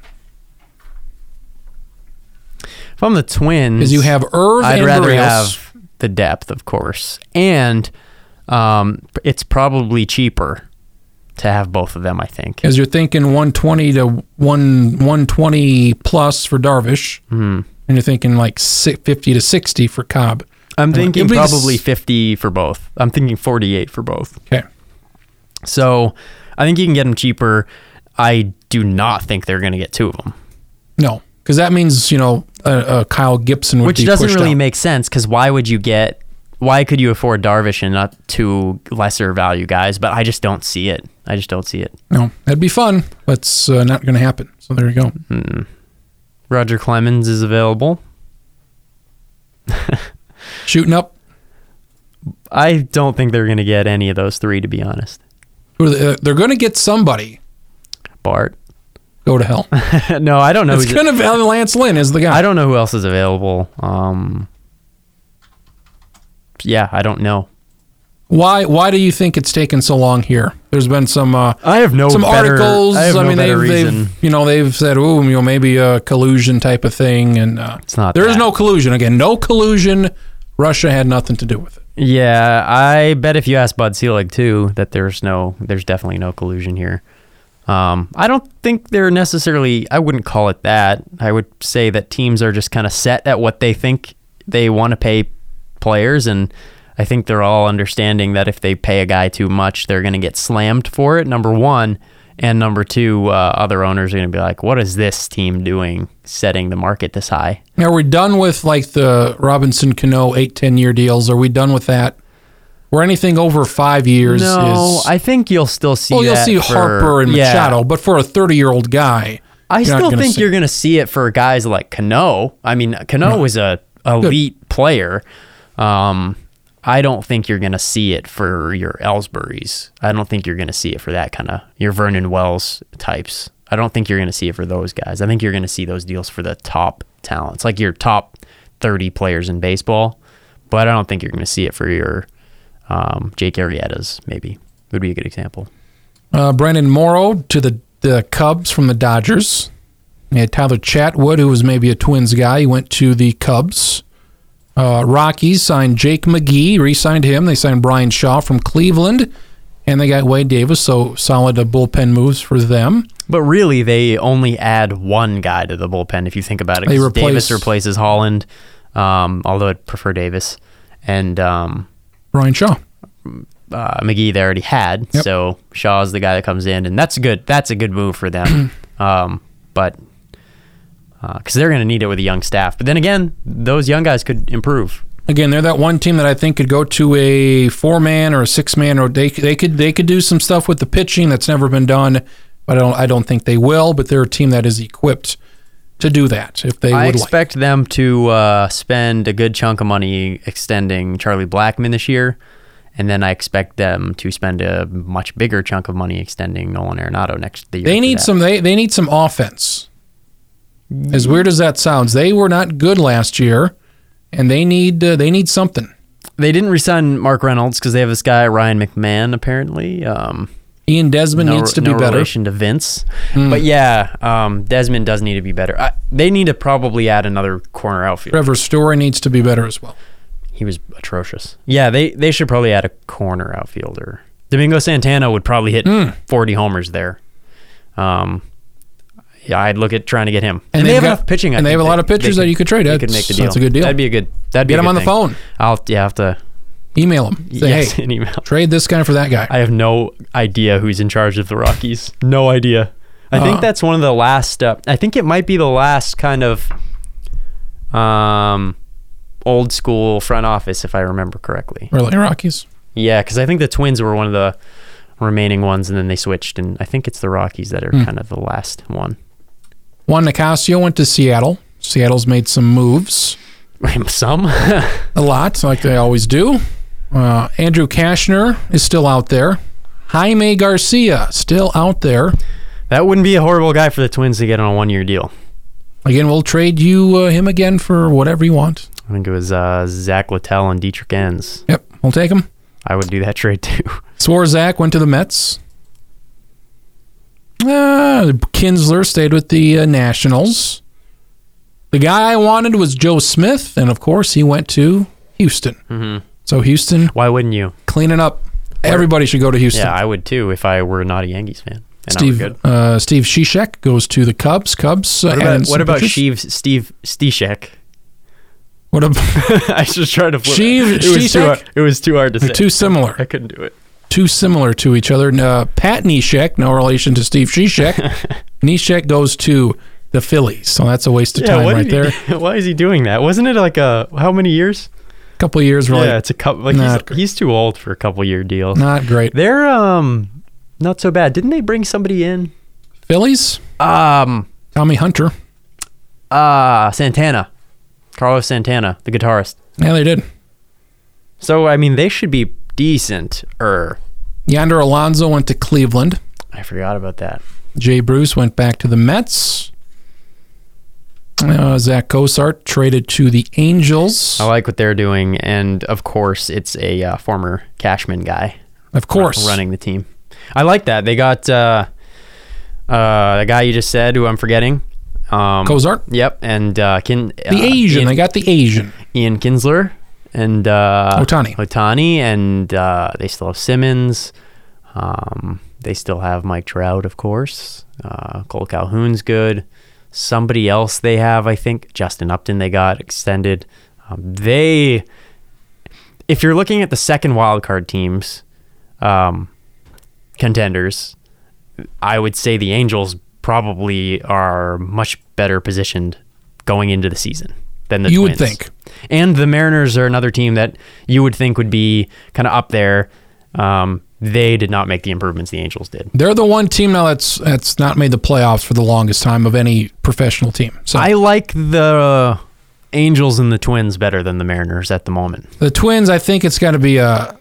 [SPEAKER 2] If I'm the Twins,
[SPEAKER 1] Because you have Irv
[SPEAKER 2] Mm. I'd
[SPEAKER 1] and
[SPEAKER 2] rather
[SPEAKER 1] Barrios.
[SPEAKER 2] have the depth, of course, and um, it's probably cheaper to have both of them. I think.
[SPEAKER 1] Because you're thinking 120 to 1 120 plus for Darvish, mm. and you're thinking like si- 50 to 60 for Cobb.
[SPEAKER 2] I'm
[SPEAKER 1] It'd
[SPEAKER 2] thinking
[SPEAKER 1] be the s-
[SPEAKER 2] probably 50 for both. I'm thinking 48 for both.
[SPEAKER 1] Okay.
[SPEAKER 2] So I think you can get them cheaper. I do not think they're going to get two of them,
[SPEAKER 1] No, because that means you know uh, uh, Kyle Gibson would
[SPEAKER 2] which
[SPEAKER 1] be
[SPEAKER 2] doesn't
[SPEAKER 1] pushed
[SPEAKER 2] really
[SPEAKER 1] out.
[SPEAKER 2] make sense because why would you get? Why could you afford Darvish and not two lesser value guys? But I just don't see it. I just don't see it.
[SPEAKER 1] no, that'd be fun, but it's uh, not going to happen. So there you go.
[SPEAKER 2] Mm. Roger Clemens is available.
[SPEAKER 1] Shooting up.
[SPEAKER 2] I don't think they're going to get any of those three, to be honest.
[SPEAKER 1] Who are they- uh, They're going to get somebody.
[SPEAKER 2] Bart.
[SPEAKER 1] Go to hell.
[SPEAKER 2] (laughs) no, I don't know.
[SPEAKER 1] it's
[SPEAKER 2] who's-
[SPEAKER 1] going to be uh, Lance Lynn is the guy.
[SPEAKER 2] I don't know who else is available. Um, yeah, I don't know.
[SPEAKER 1] why? Why do you think it's taken so long here? There's been some. Uh,
[SPEAKER 2] I have no
[SPEAKER 1] some
[SPEAKER 2] Oh, better-
[SPEAKER 1] articles.
[SPEAKER 2] I, have no
[SPEAKER 1] mean,
[SPEAKER 2] better
[SPEAKER 1] they've,
[SPEAKER 2] reason.
[SPEAKER 1] they've you know they've said, "Ooh, you know, maybe a collusion type of thing," and uh,
[SPEAKER 2] It's not
[SPEAKER 1] There is
[SPEAKER 2] that.
[SPEAKER 1] no collusion. Again, no collusion. Russia had nothing to do with it.
[SPEAKER 2] Yeah, I bet if you ask Bud Selig too, that there's no, there's definitely no collusion here. Um, I don't think they're necessarily. I wouldn't call it that. I would say that teams are just kind of set at what they think they want to pay players, and I think they're all understanding that if they pay a guy too much, they're going to get slammed for it. Number one, and number two, uh, other owners are going to be like, "What is this team doing, setting the market this high?"
[SPEAKER 1] Now we're done with like the Robinson Cano eight ten year deals. Are we done with that? Where anything over five years
[SPEAKER 2] No,
[SPEAKER 1] is
[SPEAKER 2] I think you'll still see.
[SPEAKER 1] well, you'll
[SPEAKER 2] that
[SPEAKER 1] see
[SPEAKER 2] for-
[SPEAKER 1] Harper and
[SPEAKER 2] yeah.
[SPEAKER 1] Machado, but for a thirty year old guy,
[SPEAKER 2] I
[SPEAKER 1] you're not
[SPEAKER 2] still
[SPEAKER 1] gonna
[SPEAKER 2] think
[SPEAKER 1] see-
[SPEAKER 2] you're going to see it for guys like Cano. I mean, Cano was a elite player. Um, I don't think you're going to see it for your Ellsbury's. I don't think you're going to see it for that kind of your Vernon Wells types. I don't think you're going to see it for those guys. I think you're going to see those deals for the top talents, like your top 30 players in baseball. But I don't think you're going to see it for your um, Jake Arrieta's. Maybe would be a good example.
[SPEAKER 1] Uh, Brandon Morrow to the, the Cubs from the Dodgers. We had Tyler Chatwood, who was maybe a Twins guy. He went to the Cubs. Uh, Rockies signed Jake McGee, re signed him. They signed Brian Shaw from Cleveland, and they got Wade Davis, so solid uh, bullpen moves for them.
[SPEAKER 2] But really, they only add one guy to the bullpen if you think about it.
[SPEAKER 1] They
[SPEAKER 2] 'cause
[SPEAKER 1] replace-
[SPEAKER 2] Davis replaces Holland, um, although I'd prefer Davis. And um,
[SPEAKER 1] Ryan Shaw.
[SPEAKER 2] uh, McGee they already had,
[SPEAKER 1] Yep.
[SPEAKER 2] so Shaw's the guy that comes in, and that's good. That's a good move
[SPEAKER 1] (clears throat)
[SPEAKER 2] for them. um, but because they're going to need it with a young staff. But then again, those young guys could improve.
[SPEAKER 1] Again, they're that one team that I think could go to a four man or a six man, or they they could they could do some stuff with the pitching that's never been done. But I don't I don't think they will. But they're a team that is equipped to do that if they
[SPEAKER 2] I
[SPEAKER 1] would like.
[SPEAKER 2] expect them to uh, spend a good chunk of money extending Charlie Blackman this year, and then I expect them to spend a much bigger chunk of money extending Nolan Arenado next the year.
[SPEAKER 1] They
[SPEAKER 2] after
[SPEAKER 1] need
[SPEAKER 2] that.
[SPEAKER 1] some they they need some offense. As weird as that sounds, they were not good last year, and they need uh, they need something.
[SPEAKER 2] They didn't resign Mark Reynolds because they have this guy Ryan McMahon apparently. Um,
[SPEAKER 1] Ian Desmond
[SPEAKER 2] no,
[SPEAKER 1] needs to be
[SPEAKER 2] no
[SPEAKER 1] better. Hmm.
[SPEAKER 2] relation to Vince. But yeah, um, Desmond does need to be better. I, they need to probably add another corner outfield.
[SPEAKER 1] Trevor Story needs to be better as well.
[SPEAKER 2] He was atrocious. Yeah, they they should probably add a corner outfielder. Domingo Santana would probably hit
[SPEAKER 1] Hmm.
[SPEAKER 2] 40 homers there. Um, yeah, I'd look at trying to get him. And, they
[SPEAKER 1] they've
[SPEAKER 2] have
[SPEAKER 1] got-
[SPEAKER 2] enough pitching. I
[SPEAKER 1] and they
[SPEAKER 2] think,
[SPEAKER 1] have a lot of pitchers
[SPEAKER 2] they
[SPEAKER 1] that you could trade.
[SPEAKER 2] They
[SPEAKER 1] That's-
[SPEAKER 2] could make the deal.
[SPEAKER 1] that's a good deal.
[SPEAKER 2] That'd be a good. That'd be
[SPEAKER 1] Get
[SPEAKER 2] a
[SPEAKER 1] him
[SPEAKER 2] good
[SPEAKER 1] on the
[SPEAKER 2] thing.
[SPEAKER 1] phone.
[SPEAKER 2] I'll yeah, I have to
[SPEAKER 1] Email him. Say
[SPEAKER 2] yes,
[SPEAKER 1] hey,
[SPEAKER 2] (laughs) an email.
[SPEAKER 1] trade this guy for that guy.
[SPEAKER 2] I have no idea who's in charge of the Rockies. No idea. I
[SPEAKER 1] Uh-huh.
[SPEAKER 2] think that's one of the last. Uh, I think it might be the last kind of um, old school front office, if I remember correctly.
[SPEAKER 1] Really, Rockies.
[SPEAKER 2] Yeah, because I think the Twins were one of the remaining ones, and then they switched. And I think it's the Rockies that are kind of the last one. (laughs)
[SPEAKER 1] Juan Nicasio went to Seattle. Seattle's made some moves,
[SPEAKER 2] Some. (laughs)
[SPEAKER 1] a lot, like they always do. Uh, Andrew Kashner is still out there. Jaime Garcia still out there.
[SPEAKER 2] that wouldn't be a horrible guy for the Twins to get on a one-year deal.
[SPEAKER 1] Again, we'll trade you uh, him again for whatever you want.
[SPEAKER 2] I think it was uh, Zach Littell and Dietrich Enns.
[SPEAKER 1] Yep, we'll take him.
[SPEAKER 2] I would do that (laughs) trade too.
[SPEAKER 1] Swarzak went to the Mets. Uh, Kinsler stayed with the uh, Nationals. The guy I wanted was Joe Smith, and of course, he went to Houston.
[SPEAKER 2] Mhm.
[SPEAKER 1] So Houston
[SPEAKER 2] Why wouldn't you?
[SPEAKER 1] cleaning up. Everybody should go to Houston.
[SPEAKER 2] Yeah, I would too if I were not a Yankees fan. And
[SPEAKER 1] Steve
[SPEAKER 2] I would good.
[SPEAKER 1] uh, Steve Shishak goes to the Cubs. Cubs. uh,
[SPEAKER 2] What
[SPEAKER 1] added
[SPEAKER 2] about,
[SPEAKER 1] some
[SPEAKER 2] what about
[SPEAKER 1] pitchers.
[SPEAKER 2] Steve Steve Stishek? (laughs)
[SPEAKER 1] What ab- (laughs)
[SPEAKER 2] I just tried to flip.
[SPEAKER 1] Sheev-
[SPEAKER 2] it. It was too
[SPEAKER 1] Shishak?
[SPEAKER 2] hard. It was too hard to say.
[SPEAKER 1] They're too similar.
[SPEAKER 2] I couldn't do it.
[SPEAKER 1] Too similar to each other. And, Uh, Pat Neshek, no relation to Steve Shishak.
[SPEAKER 2] (laughs)
[SPEAKER 1] Neshek goes to the Phillies. So that's a waste of time
[SPEAKER 2] what
[SPEAKER 1] right
[SPEAKER 2] did
[SPEAKER 1] there.
[SPEAKER 2] he- (laughs) why is he doing that? Wasn't it like a how many years?
[SPEAKER 1] A couple of years, really.
[SPEAKER 2] Yeah, it's a couple. Like
[SPEAKER 1] Not
[SPEAKER 2] he's, he's too old for a couple year deal.
[SPEAKER 1] Not great.
[SPEAKER 2] They're um not so bad. Didn't they bring somebody in?
[SPEAKER 1] Phillies,
[SPEAKER 2] Um
[SPEAKER 1] Tommy Hunter.
[SPEAKER 2] uh Santana, Carlos Santana, the guitarist.
[SPEAKER 1] Yeah, they did.
[SPEAKER 2] So I mean, they should be decent. Er,
[SPEAKER 1] Yonder Alonso went to Cleveland.
[SPEAKER 2] I forgot about that.
[SPEAKER 1] Jay Bruce went back to the Mets. Uh, Zach Kosart traded to the Angels.
[SPEAKER 2] I like what they're doing, and of course, it's a uh, former Cashman guy
[SPEAKER 1] of course.
[SPEAKER 2] running the team. I like that they got uh, uh, the guy you just said, who I'm forgetting. Um,
[SPEAKER 1] Cozart.
[SPEAKER 2] Yep, and uh, Kin, the
[SPEAKER 1] The Asian. They got the Asian.
[SPEAKER 2] Ian Kinsler and uh,
[SPEAKER 1] Ohtani.
[SPEAKER 2] Otani, and uh, they still have Simmons. Um, they still have Mike Trout, of course. Uh, Cole Calhoun's good. Somebody else they have, I think, Justin Upton. They got extended. Um, they, if you're looking at the second wild card teams, um, contenders, I would say the Angels probably are much better positioned going into the season than the
[SPEAKER 1] You would
[SPEAKER 2] Twins.
[SPEAKER 1] think.
[SPEAKER 2] And the Mariners are another team that you would think would be kind of up there. Um, they did not make the improvements the Angels did.
[SPEAKER 1] They're the one team now that's that's not made the playoffs for the longest time of any professional team. So
[SPEAKER 2] I like the Angels and the Twins better than the Mariners at the moment.
[SPEAKER 1] the Twins, I think it's got to be a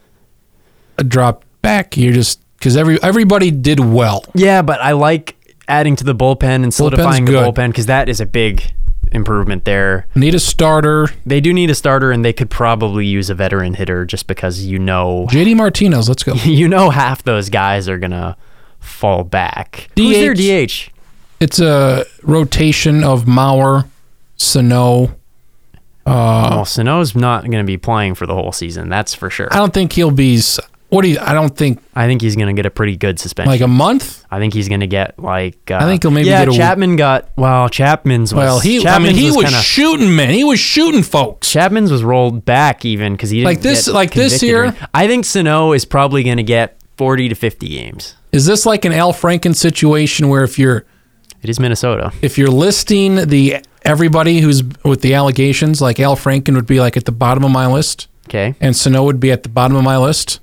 [SPEAKER 1] a drop back. You're just because every everybody did well.
[SPEAKER 2] Yeah, but I like adding to the bullpen and solidifying the
[SPEAKER 1] good.
[SPEAKER 2] bullpen because that is a big improvement there.
[SPEAKER 1] Need a starter.
[SPEAKER 2] They do need a starter, and they could probably use a veteran hitter just because you know (laughs)
[SPEAKER 1] JD Martinez, let's go.
[SPEAKER 2] you know half those guys are gonna fall back. Who's their
[SPEAKER 1] DH?
[SPEAKER 2] DH?
[SPEAKER 1] It's a rotation of Mauer, Sano. Uh, Oh.
[SPEAKER 2] well, Sano's not gonna be playing for the whole season. That's for sure.
[SPEAKER 1] I don't think he'll be. s- What do you? I don't think
[SPEAKER 2] I think he's going to get a pretty good suspension.
[SPEAKER 1] like a month.
[SPEAKER 2] I think he's going to get like. Uh,
[SPEAKER 1] I think he'll maybe
[SPEAKER 2] yeah,
[SPEAKER 1] get a-
[SPEAKER 2] Chapman got well. Chapman's was
[SPEAKER 1] Well, he. I
[SPEAKER 2] Chapman's
[SPEAKER 1] mean, he was,
[SPEAKER 2] kinda,
[SPEAKER 1] shooting men. He was shooting folks.
[SPEAKER 2] Chapman's was rolled back even because he didn't
[SPEAKER 1] Like this-
[SPEAKER 2] get
[SPEAKER 1] like this
[SPEAKER 2] convicted
[SPEAKER 1] here?
[SPEAKER 2] or anything. I think Sano is probably going to get forty to fifty games.
[SPEAKER 1] Is this like an Al Franken situation where if you're
[SPEAKER 2] It is Minnesota.
[SPEAKER 1] if you're listing the everybody who's with the allegations, like Al Franken would be like at the bottom of my list,
[SPEAKER 2] Okay,
[SPEAKER 1] and Sano would be at the bottom of my list.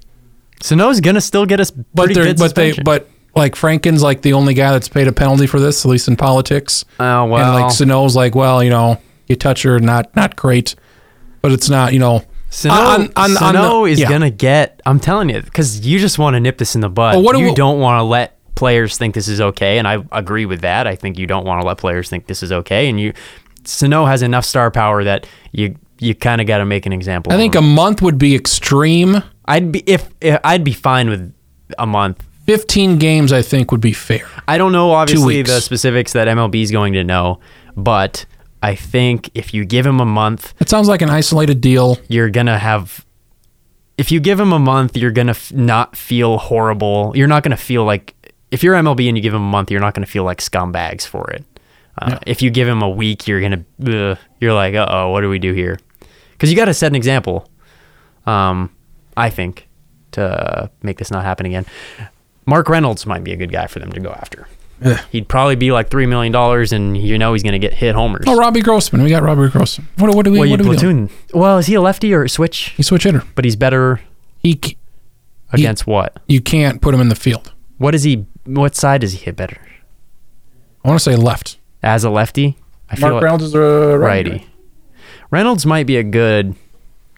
[SPEAKER 2] Sano's going to still get us.
[SPEAKER 1] But
[SPEAKER 2] pretty
[SPEAKER 1] they're
[SPEAKER 2] good
[SPEAKER 1] but they
[SPEAKER 2] suspension.
[SPEAKER 1] but like Franken's like the only guy that's paid a penalty for this, at least in politics.
[SPEAKER 2] oh well,
[SPEAKER 1] and like Sano's like, well, you know, you touch her, not not great, but it's not, you know.
[SPEAKER 2] Sano,
[SPEAKER 1] on- on- on
[SPEAKER 2] Sano
[SPEAKER 1] the-
[SPEAKER 2] is
[SPEAKER 1] yeah.
[SPEAKER 2] gonna get. I'm telling you, because you just want to nip this in the bud.
[SPEAKER 1] Well, what do
[SPEAKER 2] you
[SPEAKER 1] we-
[SPEAKER 2] don't want to let players think this is okay, and I agree with that. I think you don't want to let players think this is okay, and you Sano has enough star power that you you kind of got to make an example.
[SPEAKER 1] I think a month would be extreme.
[SPEAKER 2] I'd be if, if I'd be fine with a month.
[SPEAKER 1] Fifteen games, I think, would be fair.
[SPEAKER 2] I don't know obviously
[SPEAKER 1] weeks.
[SPEAKER 2] the specifics that MLB is going to know, but I think if you give him a month,
[SPEAKER 1] It sounds like an isolated deal.
[SPEAKER 2] you're gonna have if you give him a month you're gonna f- not feel horrible you're not gonna feel like if you're mlb and you give him a month you're not gonna feel like scumbags for it uh, if you give him a week you're gonna ugh, you're like uh-oh what do we do here because you gotta set an example um, i think to make this not happen again mark reynolds might be a good guy for them to go after he'd probably be like three million dollars and you know he's gonna get hit homers
[SPEAKER 1] Oh, Robbie Grossman. We got Robbie Grossman. What, what do we
[SPEAKER 2] well, you
[SPEAKER 1] what do we do?
[SPEAKER 2] platoon. Well, is he a lefty or a switch?
[SPEAKER 1] He switch hitter.
[SPEAKER 2] But he's better
[SPEAKER 1] He c- He-
[SPEAKER 2] Against what?
[SPEAKER 1] you can't put him in the field.
[SPEAKER 2] What is he? What side does he hit better?
[SPEAKER 1] I want to say left.
[SPEAKER 2] As a lefty, I feel like
[SPEAKER 1] Reynolds is a
[SPEAKER 2] righty. Reynolds might be a good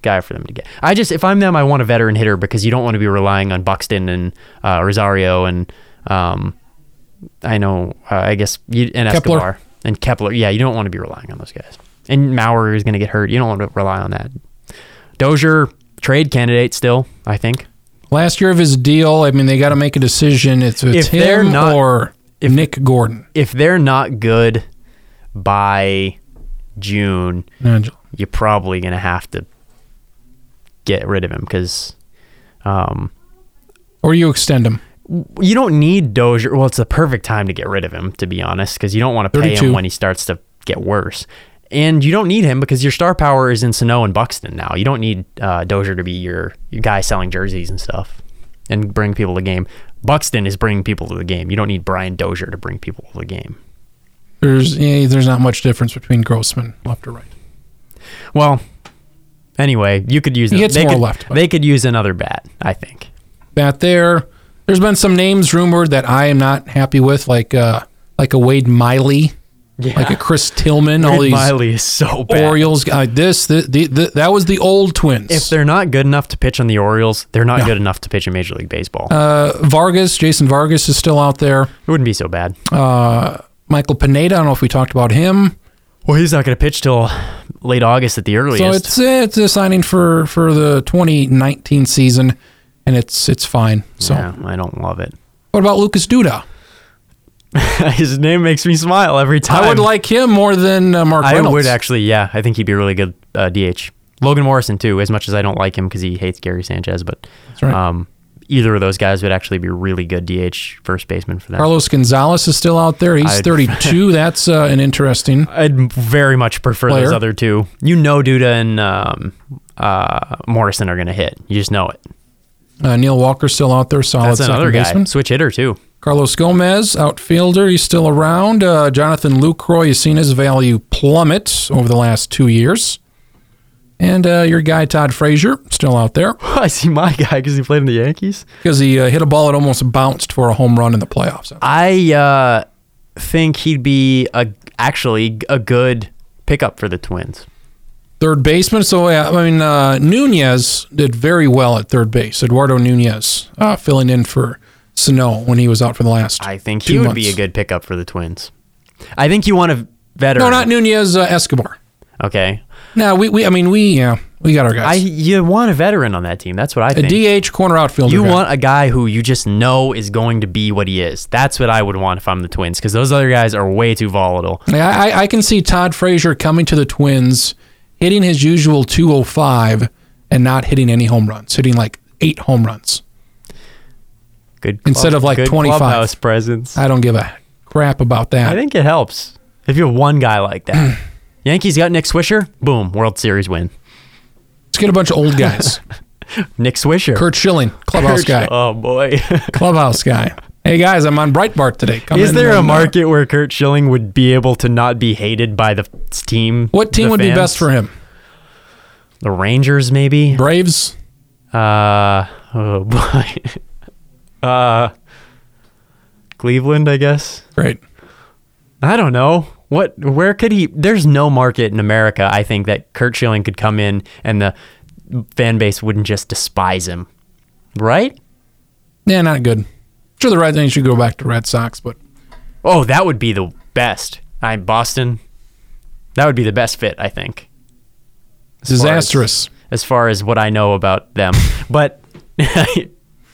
[SPEAKER 2] guy for them to get. I just, if I'm them, I want a veteran hitter because you don't want to be relying on Buxton and uh, Rosario and um, I know, uh, I guess you and
[SPEAKER 1] Kepler.
[SPEAKER 2] Escobar and Kepler. Yeah, you don't want to be relying on those guys. And Maurer is going to get hurt. You don't want to rely on that. Dozier trade candidate still, I think.
[SPEAKER 1] Last year of his deal, I mean, they got to make a decision. It's, it's
[SPEAKER 2] If they're
[SPEAKER 1] him
[SPEAKER 2] not-
[SPEAKER 1] or Nick Gordon.
[SPEAKER 2] If they're not good by June,
[SPEAKER 1] Angelo.
[SPEAKER 2] you're probably gonna have to get rid of him because um,
[SPEAKER 1] Or you extend him.
[SPEAKER 2] you don't need Dozier. Well, it's the perfect time to get rid of him, to be honest, because you don't want to pay
[SPEAKER 1] 32.
[SPEAKER 2] him when he starts to get worse. And you don't need him because your star power is in Sano and Buxton now. You don't need uh, Dozier to be your, your guy selling jerseys and stuff and bring people to the game. Buxton is bringing people to the game. You don't need Brian Dozier to bring people to the game.
[SPEAKER 1] There's yeah, there's not much difference between Grossman left or right.
[SPEAKER 2] Well, anyway, you could use
[SPEAKER 1] He gets
[SPEAKER 2] they
[SPEAKER 1] more
[SPEAKER 2] could,
[SPEAKER 1] left, but-
[SPEAKER 2] They could use another bat, I think.
[SPEAKER 1] That there, there's been some names rumored that I am not happy with, like uh, like a Wade Miley,
[SPEAKER 2] Yeah.
[SPEAKER 1] like a Chris Tillman, all
[SPEAKER 2] Red
[SPEAKER 1] these
[SPEAKER 2] Miley is so bad.
[SPEAKER 1] Orioles. guy. this the, the, the that was the old Twins.
[SPEAKER 2] If they're not good enough to pitch on the Orioles, they're not good enough to pitch in Major League Baseball.
[SPEAKER 1] uh, Vargas, Jason Vargas is still out there.
[SPEAKER 2] it wouldn't be so bad.
[SPEAKER 1] Uh, Michael Pineda, I don't know if we talked about him.
[SPEAKER 2] Well, he's not going to pitch till late August at the
[SPEAKER 1] So
[SPEAKER 2] earliest.
[SPEAKER 1] it's eh, it's a signing for for the 2019 season, and it's it's fine. So
[SPEAKER 2] Yeah, I don't love it. (laughs)
[SPEAKER 1] what about Lucas Duda?
[SPEAKER 2] His name makes me smile every time.
[SPEAKER 1] I would like him more than uh, Mark
[SPEAKER 2] I
[SPEAKER 1] Reynolds.
[SPEAKER 2] would actually. Yeah, I think he'd be a really good uh, DH. Logan Morrison too. As much as I don't like him because he hates Gary Sanchez, but
[SPEAKER 1] right.
[SPEAKER 2] um, either of those guys would actually be really good DH first baseman for them.
[SPEAKER 1] Carlos Gonzalez is still out there. He's
[SPEAKER 2] I'd- (laughs)
[SPEAKER 1] 32. That's uh, an interesting.
[SPEAKER 2] I'd very much prefer those
[SPEAKER 1] Player.
[SPEAKER 2] other two. You know, Duda and um, uh, Morrison are going to hit. You just know it.
[SPEAKER 1] Uh, Neil Walker's still out there. Solid
[SPEAKER 2] That's
[SPEAKER 1] second
[SPEAKER 2] another guy.
[SPEAKER 1] baseman.
[SPEAKER 2] Switch hitter too.
[SPEAKER 1] Carlos Gomez, outfielder. He's still around. Uh, Jonathan Lucroy, you've seen his value plummet over the last two years. And uh, your guy, Todd Frazier, still out there
[SPEAKER 2] (laughs) I see my guy because he played in the Yankees.
[SPEAKER 1] because he uh, hit a ball that almost bounced for a home run in the playoffs.
[SPEAKER 2] I uh, think he'd be a actually a good pickup for the Twins.
[SPEAKER 1] Third baseman. So, yeah, I mean, uh, Nunez did very well at third base. Eduardo Nunez uh, filling in for Sano when he was out for the last.
[SPEAKER 2] I think he
[SPEAKER 1] Two
[SPEAKER 2] would
[SPEAKER 1] months.
[SPEAKER 2] be a good pickup for the Twins. I think you want a veteran.
[SPEAKER 1] No, not Nunez, uh, Escobar.
[SPEAKER 2] okay.
[SPEAKER 1] No, we, we I mean we yeah, we got our
[SPEAKER 2] I
[SPEAKER 1] guys.
[SPEAKER 2] you want a veteran on that team. That's what I
[SPEAKER 1] A
[SPEAKER 2] think.
[SPEAKER 1] DH corner outfielder.
[SPEAKER 2] You
[SPEAKER 1] guy.
[SPEAKER 2] want a guy who you just know is going to be what he is. That's what I would want if I'm the Twins, because those other guys are way too volatile.
[SPEAKER 1] Yeah, I, I can see Todd Frazier coming to the Twins, oh hitting his usual 205 and not hitting any home runs, hitting like eight home runs.
[SPEAKER 2] Good.
[SPEAKER 1] Instead of, like,
[SPEAKER 2] good
[SPEAKER 1] 25.
[SPEAKER 2] clubhouse presence.
[SPEAKER 1] I don't give a crap about
[SPEAKER 2] I
[SPEAKER 1] that.
[SPEAKER 2] think it helps if you have one guy
[SPEAKER 1] (clears throat)
[SPEAKER 2] like that. Yankees got Nick Swisher. Boom, World Series win.
[SPEAKER 1] Let's get a bunch of
[SPEAKER 2] (laughs)
[SPEAKER 1] old guys.
[SPEAKER 2] Nick Swisher.
[SPEAKER 1] Kurt Schilling, clubhouse guy.
[SPEAKER 2] (laughs) Oh boy.
[SPEAKER 1] Clubhouse guy. Hey guys, I'm on Breitbart today. Come
[SPEAKER 2] (laughs) Is
[SPEAKER 1] in
[SPEAKER 2] there
[SPEAKER 1] and,
[SPEAKER 2] a
[SPEAKER 1] uh,
[SPEAKER 2] market where Kurt Schilling would be able to not be hated by the s- team?
[SPEAKER 1] what team
[SPEAKER 2] the
[SPEAKER 1] would be
[SPEAKER 2] fans?
[SPEAKER 1] best for him?
[SPEAKER 2] The Rangers, maybe.
[SPEAKER 1] Braves.
[SPEAKER 2] Uh oh boy. (laughs) uh, Cleveland, I guess.
[SPEAKER 1] Great.
[SPEAKER 2] I don't know. What where could he there's no market in America, I think, that Kurt Schilling could come in and the fan base wouldn't just despise him. Right?
[SPEAKER 1] Yeah, not good. Sure, the Red Sox should go back to Red Sox, but
[SPEAKER 2] Oh, that would be the best. I Boston. That would be the best fit, I think. far as-
[SPEAKER 1] disastrous.
[SPEAKER 2] As far as what I know about them. But (laughs)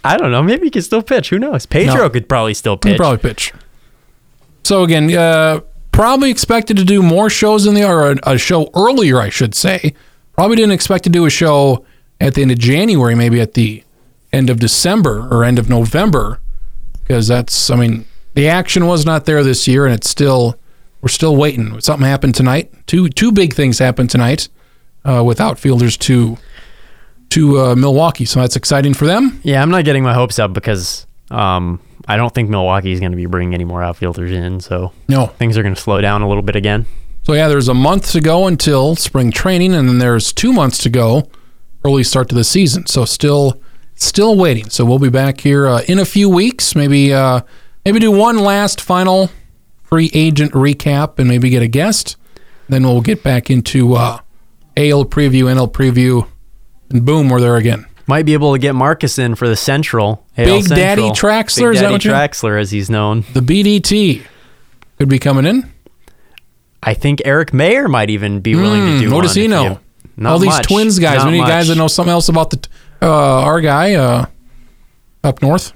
[SPEAKER 2] I don't know. Maybe he could still pitch. Who knows? Pedro
[SPEAKER 1] No.
[SPEAKER 2] could probably still
[SPEAKER 1] He
[SPEAKER 2] pitch.
[SPEAKER 1] probably pitch. So again, uh, probably expected to do more shows in the or a, a show earlier, I should say. Probably didn't expect to do a show at the end of January, maybe at the end of December or end of November, because that's I mean the action was not there this year, and it's still we're still waiting. Something happened tonight. Two two big things happened tonight uh, with outfielders to to uh, Milwaukee, so that's exciting for them.
[SPEAKER 2] Yeah, I'm not getting my hopes up because um, I don't think Milwaukee's going to be bringing any more outfielders in. So
[SPEAKER 1] No,
[SPEAKER 2] things are going to slow down a little bit again.
[SPEAKER 1] So yeah, there's a month to go until spring training, and then there's two months to go, early start to the season. So still, still waiting. So we'll be back here uh, in a few weeks. Maybe, uh, maybe do one last final free agent recap, and maybe get a guest. Then we'll get back into uh, AL preview, NL preview, and boom, we're there again.
[SPEAKER 2] Might be able to get Marcus in for the Central. AL
[SPEAKER 1] Big Daddy
[SPEAKER 2] Central.
[SPEAKER 1] Traxler,
[SPEAKER 2] Big
[SPEAKER 1] is that
[SPEAKER 2] Daddy
[SPEAKER 1] what you-
[SPEAKER 2] Traxler, as he's known.
[SPEAKER 1] The BDT could be coming in.
[SPEAKER 2] I think Eric Mayer might even be willing to do
[SPEAKER 1] Hmm, what
[SPEAKER 2] one
[SPEAKER 1] does he
[SPEAKER 2] if
[SPEAKER 1] know?
[SPEAKER 2] you- Not
[SPEAKER 1] all these
[SPEAKER 2] much.
[SPEAKER 1] twins guys. we
[SPEAKER 2] Not
[SPEAKER 1] need guys
[SPEAKER 2] much.
[SPEAKER 1] that know something else about the t- uh, our guy uh, up north.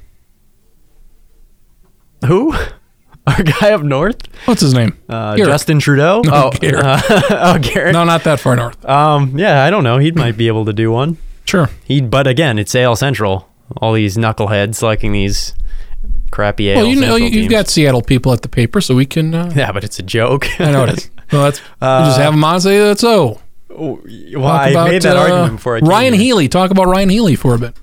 [SPEAKER 2] Who? (laughs) Our guy up north?
[SPEAKER 1] What's his name?
[SPEAKER 2] Uh,
[SPEAKER 1] Garrett.
[SPEAKER 2] Justin Trudeau? oh,
[SPEAKER 1] Garrett.
[SPEAKER 2] uh, (laughs) oh, Garrett.
[SPEAKER 1] No, not that far north.
[SPEAKER 2] Um, yeah, I don't know. He might be able to do one.
[SPEAKER 1] Sure.
[SPEAKER 2] He, but again, it's AL Central. All these knuckleheads liking these crappy AL
[SPEAKER 1] well, you know,
[SPEAKER 2] Central
[SPEAKER 1] you,
[SPEAKER 2] teams.
[SPEAKER 1] you've got Seattle people at the paper, so we can. Uh,
[SPEAKER 2] (laughs) yeah, but it's a joke.
[SPEAKER 1] I
[SPEAKER 2] (laughs)
[SPEAKER 1] know it is. Well, that's we'll just have him on. Say that's oh.
[SPEAKER 2] well, Uh, I made that
[SPEAKER 1] uh,
[SPEAKER 2] argument before. I came
[SPEAKER 1] Ryan
[SPEAKER 2] here.
[SPEAKER 1] Healy. Talk about Ryan Healy for a bit.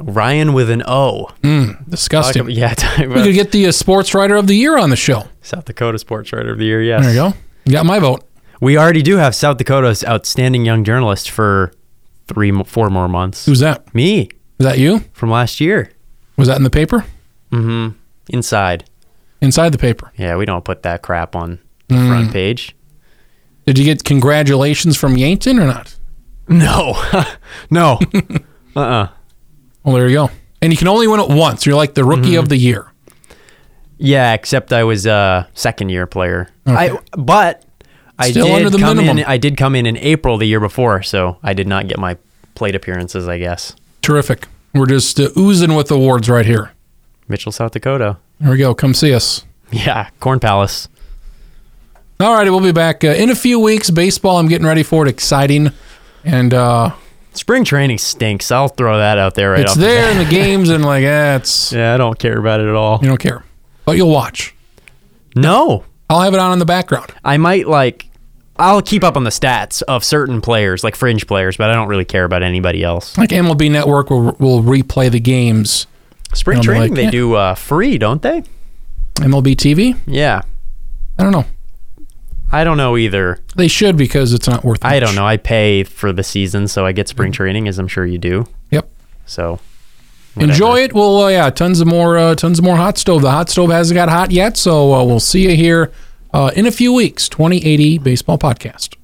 [SPEAKER 1] Mm,
[SPEAKER 2] Ryan with an O. Talk
[SPEAKER 1] Disgusting.
[SPEAKER 2] ab- yeah, (laughs) talk
[SPEAKER 1] we
[SPEAKER 2] about
[SPEAKER 1] could get the uh, sports writer of the year on the show.
[SPEAKER 2] South Dakota Sports Writer of the Year. Yes,
[SPEAKER 1] There you go. You got my vote.
[SPEAKER 2] We already do have South Dakota's outstanding young journalist for three, mo- four more months.
[SPEAKER 1] Who's that?
[SPEAKER 2] me
[SPEAKER 1] Is that you?
[SPEAKER 2] from last year?
[SPEAKER 1] Was that in the paper?
[SPEAKER 2] Mm-hmm. Inside.
[SPEAKER 1] Inside the paper. Mm.
[SPEAKER 2] Yeah, we don't put that crap on the front page.
[SPEAKER 1] Did you get congratulations from Yankton or not?
[SPEAKER 2] No, (laughs)
[SPEAKER 1] (laughs)
[SPEAKER 2] no. uh. uh
[SPEAKER 1] Well, there you go. And you can only win it once. You're like the rookie
[SPEAKER 2] Mm-hmm.
[SPEAKER 1] of the year.
[SPEAKER 2] Yeah, except I was a second year player.
[SPEAKER 1] Okay.
[SPEAKER 2] I but I
[SPEAKER 1] Still
[SPEAKER 2] did
[SPEAKER 1] under the
[SPEAKER 2] come in.
[SPEAKER 1] minimum.
[SPEAKER 2] I did come in in April the year before, so I did not get my plate appearances. I guess
[SPEAKER 1] Terrific. We're just uh, oozing with awards right here.
[SPEAKER 2] Mitchell, South Dakota. (laughs)
[SPEAKER 1] There we go. Come see us.
[SPEAKER 2] Yeah, Corn Palace.
[SPEAKER 1] All right, we'll be back uh, in a few weeks. Baseball, I'm getting ready for it. Exciting, and uh,
[SPEAKER 2] Spring training stinks. I'll throw that out there right
[SPEAKER 1] it's
[SPEAKER 2] off the bat.
[SPEAKER 1] there in the games, and like, eh, it's
[SPEAKER 2] (laughs) Yeah, I don't care about it at all.
[SPEAKER 1] you don't care, but you'll watch.
[SPEAKER 2] No,
[SPEAKER 1] I'll have it on in the background.
[SPEAKER 2] I might like. I'll keep up on the stats of certain players, like fringe players, but I don't really care about anybody else.
[SPEAKER 1] Like MLB Network will will replay the games.
[SPEAKER 2] Spring
[SPEAKER 1] I'll be
[SPEAKER 2] training
[SPEAKER 1] like,
[SPEAKER 2] they
[SPEAKER 1] yeah.
[SPEAKER 2] do uh, free, don't they?
[SPEAKER 1] MLB TV.
[SPEAKER 2] Yeah,
[SPEAKER 1] I don't know.
[SPEAKER 2] I don't know either.
[SPEAKER 1] They should because it's not worth.
[SPEAKER 2] I don't
[SPEAKER 1] much. Mm-hmm.
[SPEAKER 2] know. I pay for the season, so I get spring training, as I'm sure you do.
[SPEAKER 1] Yep.
[SPEAKER 2] So whatever.
[SPEAKER 1] Enjoy it. Well, uh, yeah, tons of more, uh, tons of more hot stove. The hot stove hasn't got hot yet, so uh, we'll see you here uh, in a few weeks. Twenty eighty baseball podcast.